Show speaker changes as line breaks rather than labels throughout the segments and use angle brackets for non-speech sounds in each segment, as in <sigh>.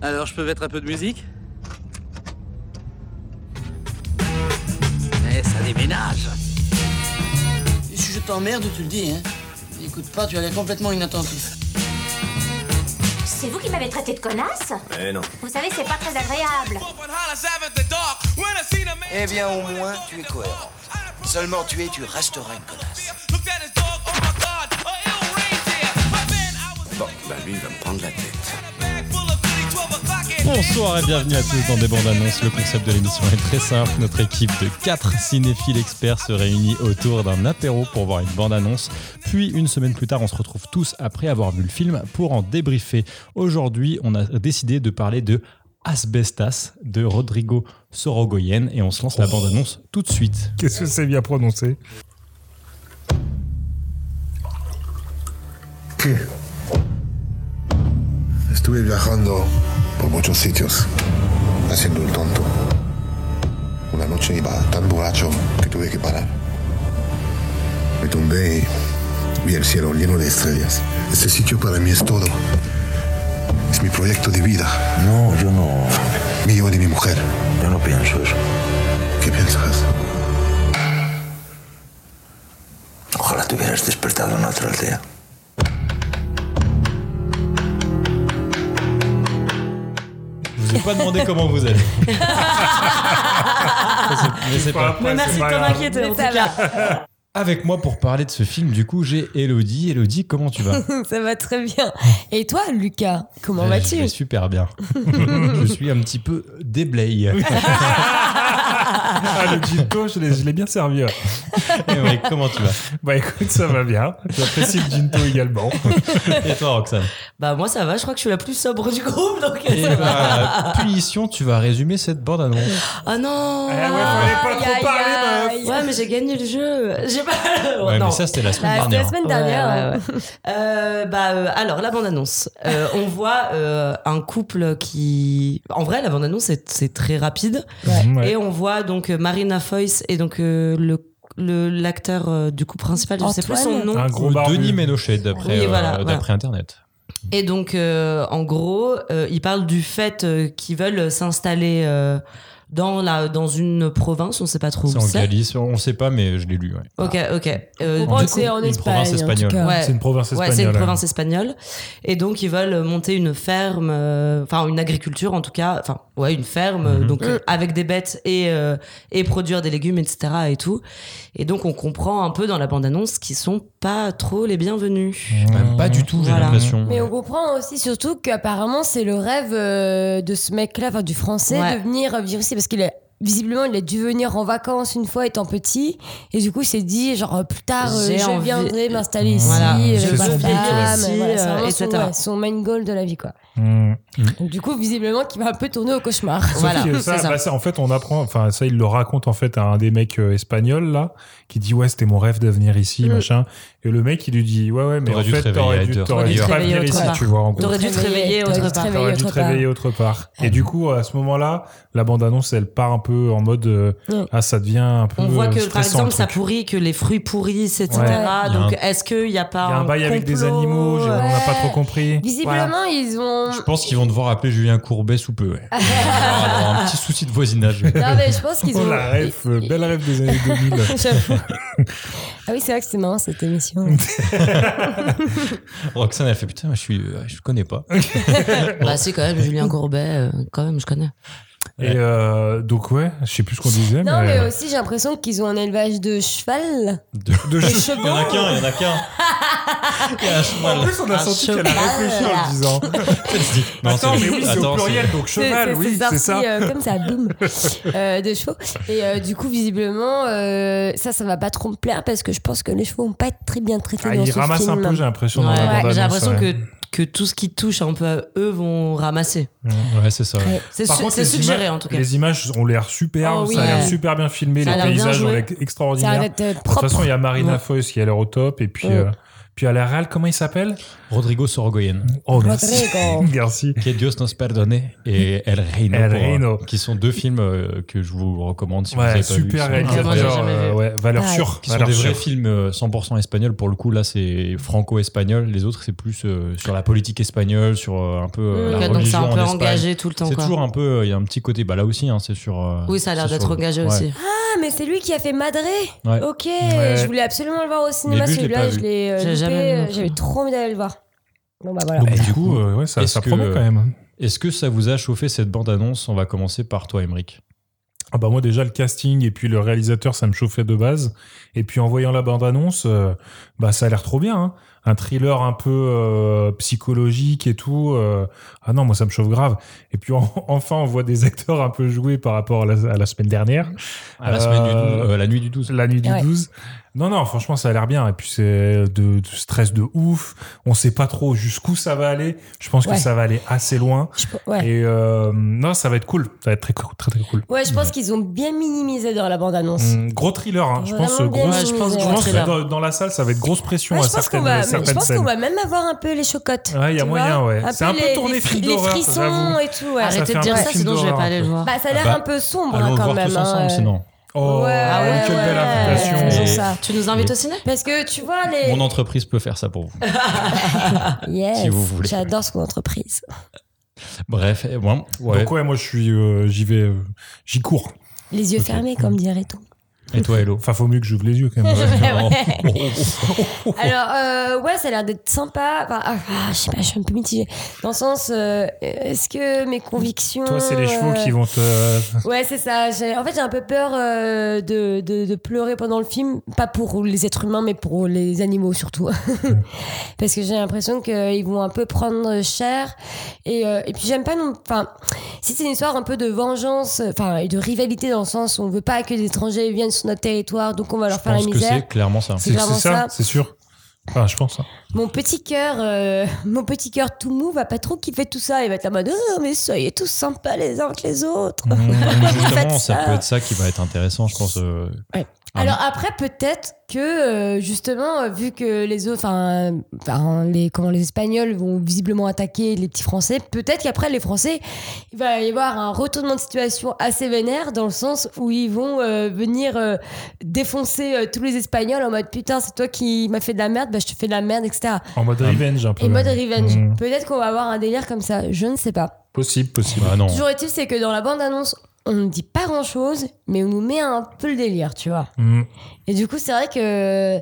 Alors je peux mettre un peu de musique Eh, ça déménage
Si je t'emmerde, tu le dis, hein. Écoute pas, tu as l'air complètement inattentif.
C'est vous qui m'avez traité de connasse
Eh non.
Vous savez, c'est pas très agréable.
Eh bien, au moins, tu es cohérent. Seulement tu es, tu resteras une connasse.
oh Bon, bah lui, il va me prendre la tête.
Bonsoir et bienvenue à tous dans Des Bandes Annonces. Le concept de l'émission est très simple. Notre équipe de 4 cinéphiles experts se réunit autour d'un apéro pour voir une bande annonce. Puis, une semaine plus tard, on se retrouve tous après avoir vu le film pour en débriefer. Aujourd'hui, on a décidé de parler de Asbestas de Rodrigo Sorogoyen et on se lance la bande annonce tout de suite.
Qu'est-ce que c'est bien prononcé
¿Qué? Estuve viajando por muchos sitios, haciendo el tonto. Una noche iba tan borracho que tuve que parar. Me tumbé y vi el cielo lleno de estrellas. Este sitio para mí es todo. Es mi proyecto de vida,
No, yo no.
mío y de mi mujer.
Yo no pienso eso.
¿Qué piensas?
Ojalá te hubieras despertado en otra aldea.
Je vous ai pas demandé comment vous allez. Ça, c'est- mais c'est pas-
Mais merci de
T'inquiète, en tout cas,
Avec moi pour parler de ce film, du coup, j'ai Elodie. Elodie, comment tu vas
ça va <laughs> très bien. Et toi, Lucas, comment
Euh,
vas-tu
je vais super
<laughs>
bien. je suis un petit peu déblaye.
Ah, le ginto, je l'ai je l'ai bien servi. ouais.
<laughs> Eh ouais, comment tu
<laughs>
vas
Bah écoute, ça va bien. J'apprécie le ginto également.
Et toi, Roxane
Bah moi ça va, je crois que je suis la plus sobre du groupe donc euh,
<laughs> Et bah, punition, tu vas résumer cette bande-annonce.
Ah non
Eh ouais, fallait pas trop parler, meuf.
Ouais mais j'ai gagné le jeu <laughs> J'ai pas...
Ouais,
non.
mais ça, c'était la semaine
Ah, c'était
dernière.
la semaine dernière. hein. <laughs> Euh, bah, euh, alors, la bande-annonce. Euh, on voit euh, un couple qui... En vrai, la bande-annonce, c'est c'est très rapide.
Ouais.
Et on voit donc euh, Marina Foyce et donc euh, le le- l'acteur euh, du coup principal, je sais plus son
Antoine.
nom.
Un gros
Ou
barbu.
Denis Ménochet, d'après
Oui,
euh,
voilà,
d'après
voilà.
Internet.
Et donc, euh, en gros, euh, ils parlent du fait euh, qu'ils veulent s'installer euh, dans, la, dans une province, on sait pas trop
C'est
où
en
c'est.
Galice, on sait pas, mais je l'ai lu. ouais.
Ok, ok. Euh,
comprend que c'est euh, en une Espagne, province en tout espagnole. cas.
ouais.
C'est une province espagnole.
Ouais, c'est une
hein.
province espagnole. Et donc, ils veulent monter une ferme, euh, enfin, une agriculture en tout cas. Enfin, ouais, une ferme, euh,
Mhm.
donc euh, avec des bêtes et, euh, et produire des légumes, etc. et tout. Et donc, on comprend un peu dans la bande-annonce qu'ils sont pas trop les bienvenus.
Même pas du tout, j'ai
Voilà.
l'impression.
Mais on comprend aussi surtout qu'apparemment c'est le rêve euh, de ce mec-là, enfin du français,
Ouais.
de venir vivre ici parce qu'il est visiblement il a dû venir en vacances une fois étant petit et du coup il s'est dit genre euh, plus tard euh,
J'ai
je
envie-
viendrai m'installer ici
Voilà.
avec
Je
ma
veux
femme
vieillir ici,
voilà, c'est
euh,
vraiment
etc.
son, ouais, son main goal de la vie quoi
Mm.
Donc, du coup visiblement qui va un peu tourner au cauchemar
Sauf
Voilà,
que
c'est
ça,
ça.
bah, ça, en fait, on apprend, enfin, ça, il le raconte, en fait, à un des mecs euh, espagnols, là, qui dit, ouais, c'était mon rêve de venir
Mm.
ici, machin. Et le mec, il lui dit, ouais, ouais, mais
T'aurais
en
dû te
fait, t'aurais
réveiller
dû,
ailleurs.
t'aurais
T'aurais
dû
dû te
pas
réveiller
venir
autre
ici,
part.
tu vois, en gros.
<laughs> T'aurais dû te réveiller
t'aurais
autre
dû te
part. Mm.
réveiller
T'aurais dû te
autre part.
réveiller autre part. Et du coup, à ce moment-là, la bande-annonce, elle part un peu en mode, euh,
Mm.
ah, ça devient un peu
On voit que,
euh,
par
stressant,
exemple,
le
ça
truc.
pourrit, que les fruits pourrissent, etc.
Ouais.
Il y a
Ah, Donc,
un-
est-ce qu'il n'y a pas
Il y a un bail avec des
complot
animaux, j'ai- on n'a pas
ouais.
trop compris.
visiblement ils
<laughs>
ont
Je pense qu'ils vont devoir appeler Julien Courbet sous peu.
<laughs>
ouais. On va avoir un petit souci de voisinage.
non mais je pense qu'ils
Oh,
ont
la rêve, euh, belle rêve des années 2000.
J'avoue. <laughs> ah oui c'est vrai que c'est marrant cette émission
<laughs>
Roxane, elle fait putain, je suis, euh, je connais <laughs> pas.
Bah, c'est quand même Julien Courbet, euh, quand même, je connais.
Et euh, donc, ouais, je sais plus ce qu'on disait,
non
mais... euh,
mais
euh,
aussi j'ai l'impression qu'ils ont un élevage de cheval
De Il y en a qu'un, il y en a qu'un. <laughs> Il y a un
En
cheval.
plus, on a
Un
senti qu'elle a
cheval.
réfléchi en le disant.
<laughs> Non,
Attends, mais oui, c'est
attends,
au pluriel,
c'est-
donc cheval, oui, c'est
sorti,
ça.
euh, comme ça,
<laughs>
boum, euh, de chevaux. Et euh, du coup, visiblement, euh, ça, ça va pas trop me plaire parce que je pense que les chevaux vont pas être très bien traités
Ah,
dans
il
ce
ramasse un
film.
peu, j'ai l'impression, dans
Ouais,
la
ouais,
bande-annonce,
j'ai l'impression
ouais.
que, que tout ce qui touche un peu à eux vont ramasser.
Ouais, c'est ça. ouais.
C'est
Par
su-
contre,
c'est
les
suggéré
images-
en tout cas.
Les images ont l'air super,
Oh oui.
ça a
Ouais.
l'air super bien filmé,
Ça a
les
l'air bien
paysages ont
joué.
l'air
ça va
extraordinaires.
être euh,
De toute
propre.
façon, il y a Marina
Ouais.
Foïs qui a l'air au top, et puis,
Ouais.
euh, puis à la réal, comment il s'appelle
Rodrigo Sorogoyen.
Oh, merci. <laughs> Rodrigo. merci.
Que Dios nos perdone et El Reino.
El
pour, euh,
Reino.
qui sont deux films euh, que je vous recommande si vous
Ouais,
avez pas vu.
super
Ils sont
réalisateur,
incroyables.
euh, ouais, valeur
Ouais.
sûre,
Qui sont
valeur
des vrais
sûre.
films euh, 100% espagnols. Pour le coup, là, c'est franco-espagnol. Les autres, c'est plus euh, sur la politique espagnole, sur euh, un peu euh,
Mm,
la
ok, donc
religion
c'est un
en
peu
Espagne.
engagé tout le temps,
C'est
quoi.
toujours un peu. Il y a un petit côté. Bah là aussi, hein, c'est sur. euh,
Oui, ça a l'air
c'est
d'être
sur-
engagé
ouais.
aussi. Ah, mais c'est lui qui a fait Madré
Ouais.
Ok,
Ouais.
je voulais absolument le voir au cinéma
Au début, je l'ai
celui-là,
pas
je
vu.
l'ai euh,
J'ai
loupé,
jamais vu non
euh,
plus.
j'avais trop envie d'aller le voir. Bon bah voilà.
Ah,
Donc, du coup, euh, ouais, ça-
est-ce
ça
que-
promet quand même. hein.
Est-ce que ça vous a chauffé cette bande-annonce On va commencer par toi, Emeric.
Ah bah moi déjà le casting et puis le réalisateur ça me chauffait de base et puis en voyant la bande annonce bah ça a l'air trop bien hein. un thriller un peu euh, psychologique et tout euh, ah non moi ça me chauffe grave et puis en- <laughs> enfin on voit des acteurs un peu joués par rapport à la, à la semaine dernière
À la semaine du dou- euh, la nuit du 12
la nuit du
Ouais.
12 non non franchement ça a l'air bien et puis c'est de, de stress de ouf on sait pas trop jusqu'où ça va aller je pense
Ouais.
que ça va aller assez loin
ouais.
et euh, non ça va être cool ça va être très cool, très très cool
Ouais, je pense qu'ils ont bien minimisé dans la bande-annonce.
Mm, gros thriller, hein. je
Vraiment
pense. euh,
bien
grosse-
minimisé.
je pense,
Ouais, je
je pense
pense
que
thriller.
dans, dans la salle, ça va être grosse pression
Ouais,
à
je pense qu'on
certaines, euh,
va, mais je
certaines
pense
scènes.
qu'on va même avoir un peu les chocottes.
Ouais, il y a
tu
moyen,
vois
ouais. C'est un peu
les-
tourné
les
film
fri- Les
d'horreur,
frissons
j'avoue.
et tout. ouais.
Ah, ça Arrêtez de fait un dire peu ça, film sinon je vais d'horreur, pas aller le un peu. voir.
Bah, ça a l'air
Ah bah,
un peu sombre
allons
hein,
le
quand
voir
même.
tous
hein,
ensemble,
ouais.
sinon.
Oh,
Ah ouais,
quelle belle invitation.
ouais,
Et-
faisons
Bah,
ça.
Tu nous invites au ciné
Parce que tu vois les.
Mon entreprise peut faire ça pour vous.
Yes,
Si vous voulez.
j'adore son entreprise.
Bref, et moi, ouais.
Donc ouais, moi je suis, euh, j'y vais, euh, j'y cours.
Les yeux fermés,
Mm.
comme dirait-on.
Et toi, Hello
Enfin, faut mieux que j'ouvre les yeux quand même. <laughs>
<laughs>
Oh,
Ouais, ouais. Alors, euh, ouais, ça a l'air d'être sympa. Enfin, ah, ah, je sais pas, je suis un peu mitigée. Dans le sens, euh, est-ce que mes convictions.
Toi, c'est les chevaux
euh,
qui vont te.
Ouais, c'est ça. J'ai- En fait, j'ai un peu peur euh, de, de, de pleurer pendant le film. Pas pour les êtres humains, mais pour les animaux surtout. <laughs> Parce que j'ai l'impression qu'ils vont un peu prendre cher. Et, euh, et puis, j'aime pas non. Enfin, si c'est une histoire un peu de vengeance, enfin, et de rivalité dans le sens où on veut pas que les étrangers viennent sur notre territoire, donc on va leur
Je
faire
pense
la
que
misère.
c'est clairement
<laughs>
ça.
C'est clairement ça.
c'est sûr. Enfin, je pense. hein.
Mon petit cœur, euh, <laughs> mon petit cœur tout mou va pas trop kiffer tout ça. Il va être en mode, oh, mais soyez tous sympas les uns que les autres.
Mmh, Mais Justement,
Faites
ça
ça.
peut être ça qui va être intéressant, je pense. euh,
Ouais.
Ah
Alors après peut-être que euh, justement euh, vu que les autres, enfin, euh, enfin, les comment les Espagnols vont visiblement attaquer les petits Français, peut-être qu'après les Français il va y avoir un retournement de situation assez vénère dans le sens où ils vont euh, venir euh, défoncer euh, tous les Espagnols en mode putain c'est toi qui m'as fait de la merde, bah, je te fais de la merde etc.
En mode revenge un peu.
Et mode revenge.
Mm.
Peut-être qu'on va avoir un délire comme ça, je ne sais pas.
Possible, possible.
Ah non.
Toujours est-il, c'est que dans la bande-annonce, on ne dit pas grand-chose, mais on nous met un peu le délire, tu vois.
Mm.
Et du coup, c'est vrai que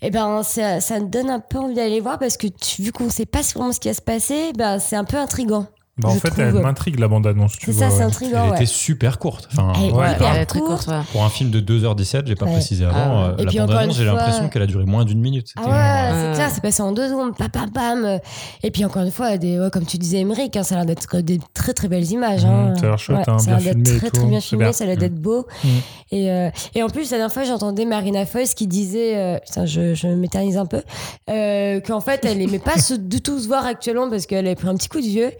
eh ben, ça, ça me donne un peu envie d'aller voir parce que tu- vu qu'on ne sait pas vraiment ce qui va se passer, ben, c'est un peu intrigant.
Bah, en
je
fait,
trouve.
elle m'intrigue la bande-annonce. tu
C'est ça,
vois,
c'est
ouais.
intriguant,
Elle
ouais.
était super courte.
hein.
Enfin,
Elle-
voilà.
ouais, elle est très courte, ouais.
Pour un film de 2h17, j'ai pas
Ouais.
précisé
Ah
avant,
ouais.
euh,
Et
la
puis encore
bande-annonce,
une
j'ai
fois-
l'impression qu'elle a duré moins d'une minute.
Ah
C'était-
euh,
ouais, c'est
Ouais.
clair, c'est passé en deux secondes, pam pam pam. Et puis encore une fois, des, ouais, comme tu disais, Emmerich, hein, ça a l'air d'être des très très belles images. hein.
Mmh, ça a l'air chouette,
Ouais,
hein,
ça a
bien
l'air d'être
filmé et
très
tout,
très bien
c'est
filmé,
bien.
ça a l'air d'être beau.
Mmh.
Et, euh, et en plus, la dernière fois, j'entendais Marina Foïs qui disait, euh, putain, je, je m'éternise un peu, euh, qu'en fait, elle aimait pas se, du tout se voir actuellement parce qu'elle avait pris un petit coup de vieux,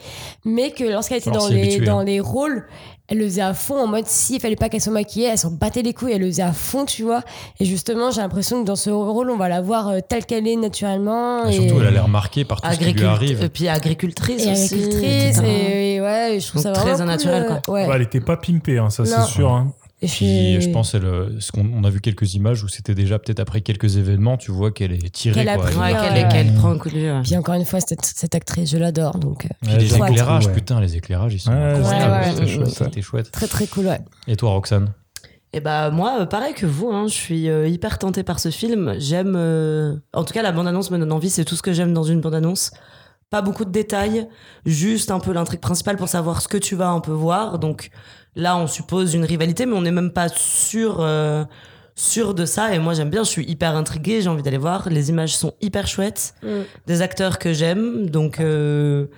mais que lorsqu'elle était
Alors,
dans
s'y
les,
habituer,
dans
hein.
les rôles, elle le faisait à fond en mode s'il fallait pas qu'elle soit maquillée, elle s'en battait les couilles, elle le faisait à fond, tu vois. Et justement, j'ai l'impression que dans ce rôle, on va la voir euh, telle qu'elle est naturellement.
Ah,
Et surtout, elle a l'air marquée par tout ce qui lui
Agricultrice.
arrive.
Et puis agricultrice
Et
aussi.
agricultrice,
etc.
et, et ouais, et je trouve
Donc
ça
très
vraiment cool,
naturel,
euh, ouais.
Bah, elle était pas pimpée, hein, ça
Non.
c'est sûr. hein.
Et
Puis,
puis-
je pense, elle, euh, ce qu'on on a vu quelques images où c'était déjà peut-être après quelques événements, tu vois qu'elle est tirée.
Qu'elle a
quoi.
pris,
Elle-
ouais, ouais.
Elle prend un coup de vieux.
Puis encore une fois, cette, cette actrice, je l'adore, donc euh,
Puis les
ouais,
éclairages,
ouais.
putain, les éclairages, ils sont.
Ouais,
incroyables.
ouais,
C'était
ouais.
chouette, c'était chouette.
très très cool, ouais.
Et toi, Roxane
Et bah moi, euh, pareil que vous, hein, je suis euh, hyper tentée par ce film. J'aime, euh, en tout cas la bande-annonce me donne envie, c'est tout ce que j'aime dans une bande-annonce. Pas beaucoup de détails, juste un peu l'intrigue principale pour savoir ce que tu vas un peu voir. Donc là, on suppose une rivalité, mais on n'est même pas sûr, euh, sûr de ça. Et moi, j'aime bien, je suis hyper intriguée, j'ai envie d'aller voir. Les images sont hyper chouettes,
Mm.
des acteurs que j'aime, donc. euh,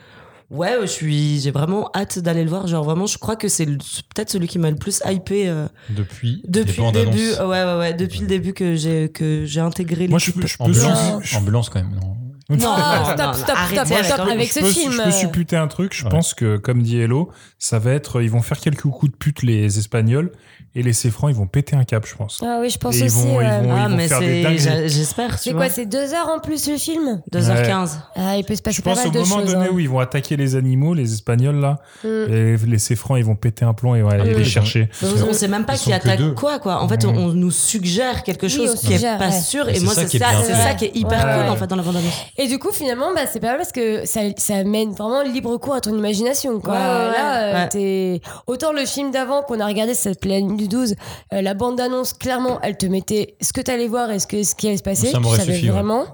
Ouais, je suis, j'ai vraiment hâte d'aller le voir. Genre vraiment, je crois que c'est le- peut-être celui qui m'a le plus hypé euh,
Depuis,
depuis
les
le
bandes
début, oh.
annonces.
ouais, ouais, ouais, depuis le début que j'ai que j'ai intégré
Moi,
l'équipe.
Ambulance, ambulance quand même. non
<laughs>
Non, non,
stop, stop,
arrêtez
stop, stop
avec-
avec
je
ce
peux,
film. euh.
Je peux supputer un truc. Je pense que, comme dit Hello, ça va être. Ils vont faire quelques coups de pute, les Espagnols, et les Céfrans, ils vont péter un cap, je pense.
Ah oui, je pense
Et ils
aussi.
vont- ils
ouais.
vont- ils
Ah,
vont
mais
faire des
c'est.
dingueries.
j'a- J'espère, tu
C'est quoi,
vois.
c'est deux heures en plus le film
2h15.
Ah, il peut se passer
Je
pas
pense
mal
au
de
moment
choses.
donné
hein.
où ils vont attaquer les animaux, les Espagnols, là,
Mm. Ah
et les Céfrans, ils vont péter un plomb et ouais,
Mm.
aller les chercher.
Bah,
On on sait même pas
Ils
qui
sont que
attaque
deux.
quoi quoi. En fait, on, on nous suggère quelque
Oui,
chose
on
qui est
suggère,
pas
ouais.
sûr.
Et
Et
c'est
moi,
ça
c'est
qui est
ça,
bien
c'est
fait.
ça qui est hyper
Ouais.
cool en fait dans la bande annonce.
Et du coup, finalement, bah, c'est pas mal parce que ça, ça mène vraiment libre cours à ton imagination. Quoi.
Ouais, ouais, ouais.
Là, euh,
Ouais.
t'es- Autant le film d'avant qu'on a regardé, ça s'appelait La Nuit du 12, euh, la bande-annonce, clairement, elle te mettait ce que t'allais voir et ce, que, ce qui allait se passer.
Ça
tu
m'aurait
savais
suffi, ouais. <laughs>
vraiment.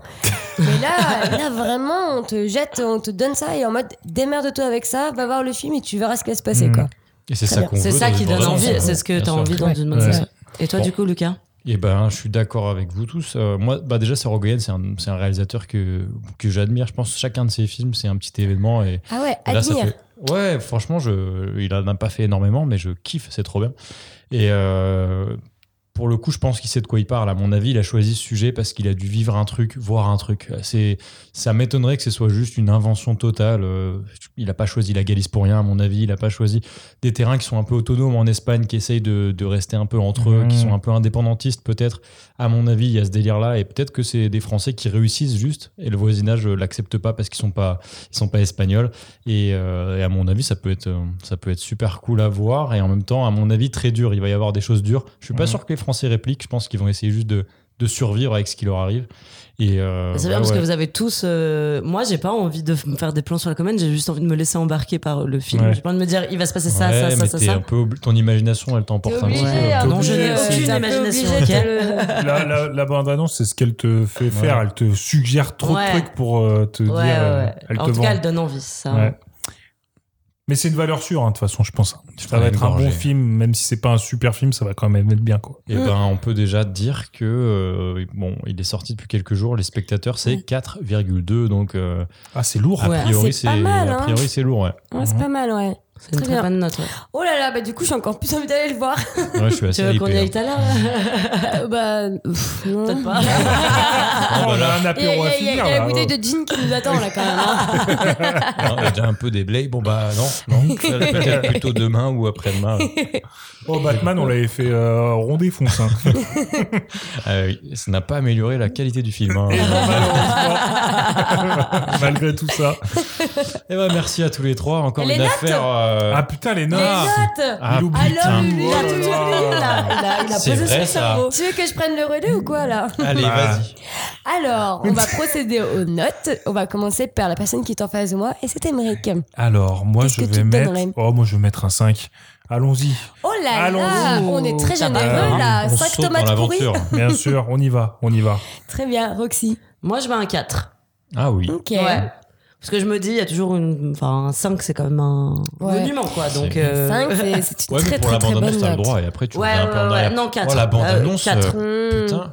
Mais là, là, vraiment, on te jette, on te donne ça et en mode démerde-toi avec ça, va voir le film et tu verras ce qui va se passer.
Mm.
Quoi.
Et c'est
Très
ça
bien.
qu'on veut.
C'est ça
dans
qui
une
donne
bande
envie.
annonce,
C'est ce que
bien
t'as
sûr.
envie dans
Ouais.
une
Ouais.
bande annonce. Et toi,
Bon.
du coup, Lucas
Eh ben, je suis d'accord avec vous tous. Euh, moi, bah déjà, Sarogoyen, c'est un, c'est un réalisateur que, que j'admire. Je pense que chacun de ses films, c'est un petit événement. Et,
Ah ouais,
et là, ça
admire.
fait. Ouais, franchement, je, il en a pas fait énormément, mais je kiffe, c'est trop bien. Et euh, pour le coup, je pense qu'il sait de quoi il parle. À mon avis, il a choisi ce sujet parce qu'il a dû vivre un truc, voir un truc. C'est, ça m'étonnerait que ce soit juste une invention totale. Euh, Il n'a pas choisi la Galice pour rien, à mon avis. Il n'a pas choisi des terrains qui sont un peu autonomes en Espagne, qui essayent de, de rester un peu entre eux,
Mmh.
qui sont un peu indépendantistes, peut-être. À mon avis, il y a ce délire-là. Et peut-être que c'est des Français qui réussissent juste et le voisinage euh, l'accepte pas parce qu'ils sont pas, ils sont pas espagnols. Et, euh, et à mon avis, ça peut être, euh, ça peut être super cool à voir et en même temps, à mon avis, très dur. Il va y avoir des choses dures. Je suis pas
Mhm.
sûr que les Français répliquent. Je pense qu'ils vont essayer juste de, de survivre avec ce qui leur arrive. Et euh,
C'est
ouais,
bien parce
ouais.
que vous avez tous. euh, moi, j'ai pas envie de f- me faire des plans sur la commune. J'ai juste envie de me laisser embarquer par le film.
Ouais.
J'ai pas envie de me dire, il va se passer ça,
Ouais,
ça, ça,
mais
ça,
t'es
ça.
un peu obli- ton imagination, elle
T'es
t'emporte un
obligé,
peu.
hein,
T'es
Non, je
t'es
n'ai
obligé,
aucune
t'es un peu
imagination,
obligé de
ok.
le-
La, la- la bande-annonce, c'est ce qu'elle te fait faire.
Ouais.
Elle te suggère trop
Ouais.
de trucs pour euh, te
Ouais,
dire.
ouais,
euh,
ouais.
Elle
En
te
tout cas,
vend.
elle donne envie, ça.
Ouais. Mais c'est une valeur sûre, hein, de toute façon, je pense. Ça
prends
va
une
être un
gorgée.
bon film, même si c'est pas un super film, ça va quand même être bien, quoi.
Et
<laughs>
ben, on peut déjà dire que euh, bon, il est sorti depuis quelques jours. Les spectateurs, c'est 4,2, donc euh,
Ah, c'est lourd.
a
Ouais.
priori,
c'est pas mal,
a
hein.
priori, c'est lourd. Ouais.
Ouais, c'est pas mal, ouais.
C'est une
Très
très
bien.
bonne note. ouais.
Oh là là, bah du coup, j'ai encore plus envie d'aller le voir.
Ouais, je
<laughs>
suis
Tu
assez
veux
hypé,
qu'on y
hein.
aille tout à l'heure
Euh, bah, pff, non.
Peut-être
<laughs>
pas.
Ah,
bah
on
là.
a un
Il y a,
apéro à
il y a- il y
finir.
a la
là.
bouteille de gin qui nous attend là quand même. hein.
Non, mais j'ai un peu des blagues. Bon, bah non, non.
<laughs>
Peut-être plutôt demain ou après-demain.
Oh, Batman, on l'avait fait euh, ronder fonce.
<laughs>
hein.
Euh, ça n'a pas amélioré la qualité du film.
Eh
hein.
ben,
Malgré tout ça.
Eh ben, merci à tous les trois. Encore
Les
une
notes
affaire. euh,
Ah putain, les notes.
Les notes
ah,
il oublie
Alors,
putain.
lui, il a tout oublié
Oh.
là. Il a, il a
C'est
posé
vrai,
son
ça.
cerveau. Tu veux que je prenne le relais ou quoi là
Allez,
Bah.
vas-y.
Alors, on va procéder aux notes. On va commencer par la personne qui est en face de moi et c'est Émeric.
Alors, moi,
Qu'est-ce
je
que tu
vais
te donnes,
mettre.
Aurélien
Oh, moi, je vais mettre un 5. Allons-y.
Oh là là,
Allons-y.
on est très
Ça va.
généreux là.
hein. Ah On
5
saute dans
bah, tomates pourries.
l'aventure.
<laughs>
Bien sûr, on y va, on y va.
Très bien, Roxy.
Moi, je mets un 4.
Ah oui.
Ok.
Ouais. Parce que je me dis, il y a toujours une. Enfin, un 5, c'est quand même un
Ouais.
monument, quoi. Donc.
C'est-
euh,
5, c'est c'est une
Ouais,
très
mais pour
très
la
très
bande-annonce,
bonne
t'as le
note.
droit. Et après, tu
Ouais,
reviens un peu en
ouais, ouais.
arrière.
Non, 4.
Oh, la bande-annonce.
Quatre.
euh,
Hmm.
Putain.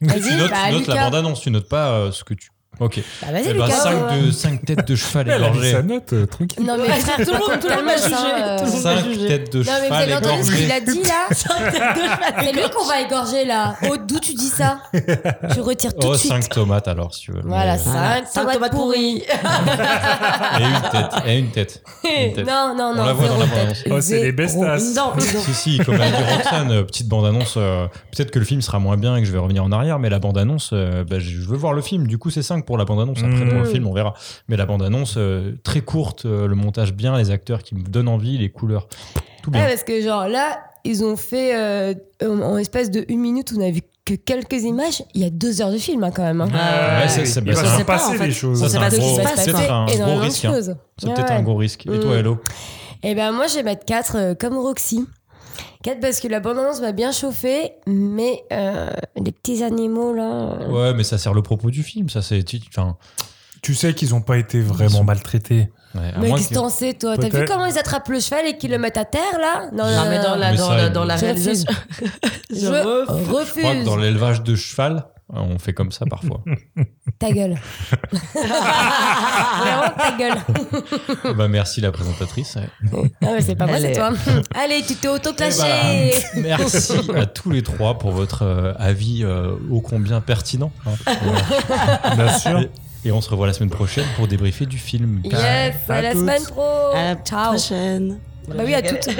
Tu
Mm. Vas-y,
notes,
bah,
tu notes la
Lucas.
bande-annonce. Tu notes pas euh, ce que tu. Ok.
Bah, vas-y,
Eh ben,
Lucas.
cinq
ouais,
de-
ouais.
cinq têtes de cheval
Elle a mis sa
égorgées.
note, euh, tranquille.
Non mais frère, hein, euh. tout le monde, tout le monde
m'a
m'a jugé.
jugé. Tout le monde.
Cinq
jugé.
têtes de
Non mais vous
cheval
avez entendu ce qu'il
égorgées.
a dit là
<laughs>
C'est lui qu'on va égorger là. Oh, d'où tu dis ça Tu retires tout
Oh,
de suite.
5 tomates alors, si tu veux.
Voilà,
Mais- euh,
ça.
Voilà. Cinq tomates pourries.
<laughs>
Et une tête. Et une tête. Une tête.
Non, non,
On
non.
la voit dans la
zéro
bande-annonce.
tête.
Oh, c'est les bestas.
Non, non.
Si, si, comme l'a dit Roxane, euh, petite bande-annonce. euh, Peut-être que le film sera moins bien et que je vais revenir en arrière, mais la bande-annonce, euh, bah, je veux voir le film. Du coup, c'est 5 pour la bande-annonce. Après,
Mhm.
pour le film, on verra. Mais la bande-annonce, euh, très courte, euh, le montage bien, les acteurs qui me donnent envie, les couleurs, tout
Ah Ouais,
bien.
Eh, parce que genre là, ils ont fait euh, en, en espace de une minute, on a vu que quelques images. Il y a deux heures de film hein, quand même. hein.
Euh,
Ouais, c'est- c'est-
Il va
bah,
on
ça-
s'en
sait pas,
passer
en fait.
des choses.
On
Ça,
sait
c'est
pas
un
ce qui
gros-
se passe.
Oh, c'est peut-être
passer
un gros
énormément de
risque. hein.
choses.
C'est
Ouais,
peut-être un
ouais.
gros risque. Et toi,
Mhm.
Hello
Et ben moi, je vais mettre 4 comme Roxy. 4 parce que la bande-annonce m'a bien chauffé, mais euh, les petits animaux là. euh,
Ouais, mais ça sert le propos du film. Ça, c'est. tu- Enfin.
Tu sais qu'ils ont pas été
Ils
vraiment
sont-
maltraités.
ouais, à
Mais
moins que-
distancé, toi. T'as vu
Peut-être.
comment ils attrapent le cheval et qu'ils le mettent à terre, là
Non,
Non,
mais dans la,
Mais
dans
ça,
la, dans la
je refuse.
réalisation.
<laughs>
Je
refuse.
Je
crois que
refuse.
dans l'élevage de cheval, on fait comme ça parfois. <laughs>
Ta gueule. Vraiment, ta gueule.
bah, merci la présentatrice. ouais.
Non, mais c'est pas moi,
Elle
c'est
est-
toi. Allez, tu
Eh
t'es auto-clashé.
ben, merci à tous les trois pour votre euh, avis euh, ô combien pertinent. hein.
Bien sûr.
Et- Et on se revoit la semaine prochaine pour débriefer du film.
Yes, à,
À
la
toutes.
semaine pro.
À la
Ciao.
prochaine.
Bah oui,
<laughs>
à toutes.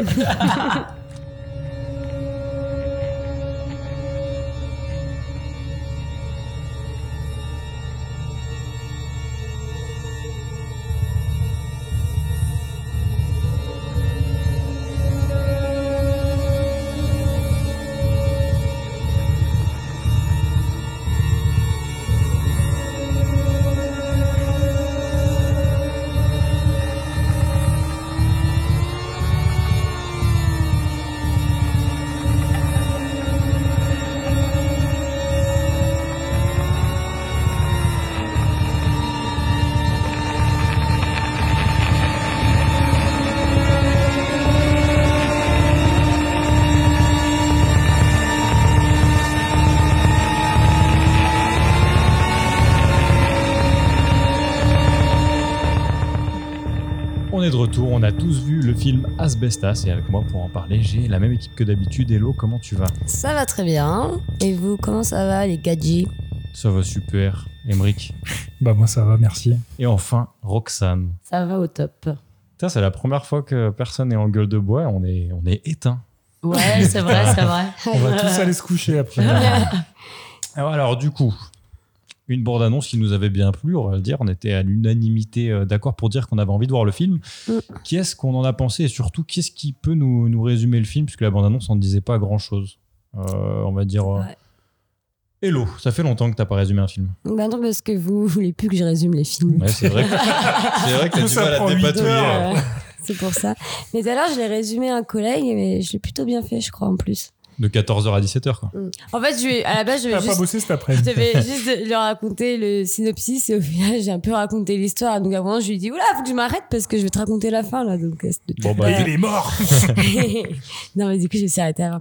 On est de retour, on a tous vu le film Asbestas et avec moi pour en parler, j'ai la même équipe que d'habitude. Hello, comment tu vas
Ça va très bien. Et vous, comment ça va, les gadgets
Ça va super, Emric.
Bah moi ça va,
<laughs>
merci.
Et enfin, Roxane.
Ça va au top.
Putain, c'est la première fois que personne n'est en gueule de bois, on est, on est éteint.
Ouais, c'est vrai, c'est vrai.
On va tous aller se coucher après.
Alors, Ah, alors, du coup, une bande-annonce qui nous avait bien plu, on va le dire. On était à l'unanimité euh, d'accord pour dire qu'on avait envie de voir le film. Qu'est-ce qu'on en a pensé et surtout, qu'est-ce qui peut nous, nous résumer le film Puisque la bande-annonce, on ne disait pas grand-chose. Euh, on va dire. euh,
Ouais.
Hello, ça fait longtemps que t'as pas résumé un film.
<laughs> Bah non, parce que vous voulez plus que je résume les films.
<laughs> Ouais, c'est vrai. que- c'est vrai que t'as
Tout
du
ça
mal à
prend
te
huit
dépatouiller.
heures.
Euh, c'est pour ça. Mais alors, je l'ai résumé à un collègue, mais je l'ai plutôt bien fait, je crois, en plus.
De 14h à 17h, quoi.
En fait, je, à la base, je
T'as
vais
pas
juste
bossé cet
je
après-midi.
devais juste leur raconter le synopsis et au final j'ai un peu raconté l'histoire donc à un moment je lui ai dit oula faut que je m'arrête parce que je vais te raconter la fin là donc euh, c'est-
Bon, bah,
Il est mort
<laughs> non, mais du coup, je me suis arrêtée avant.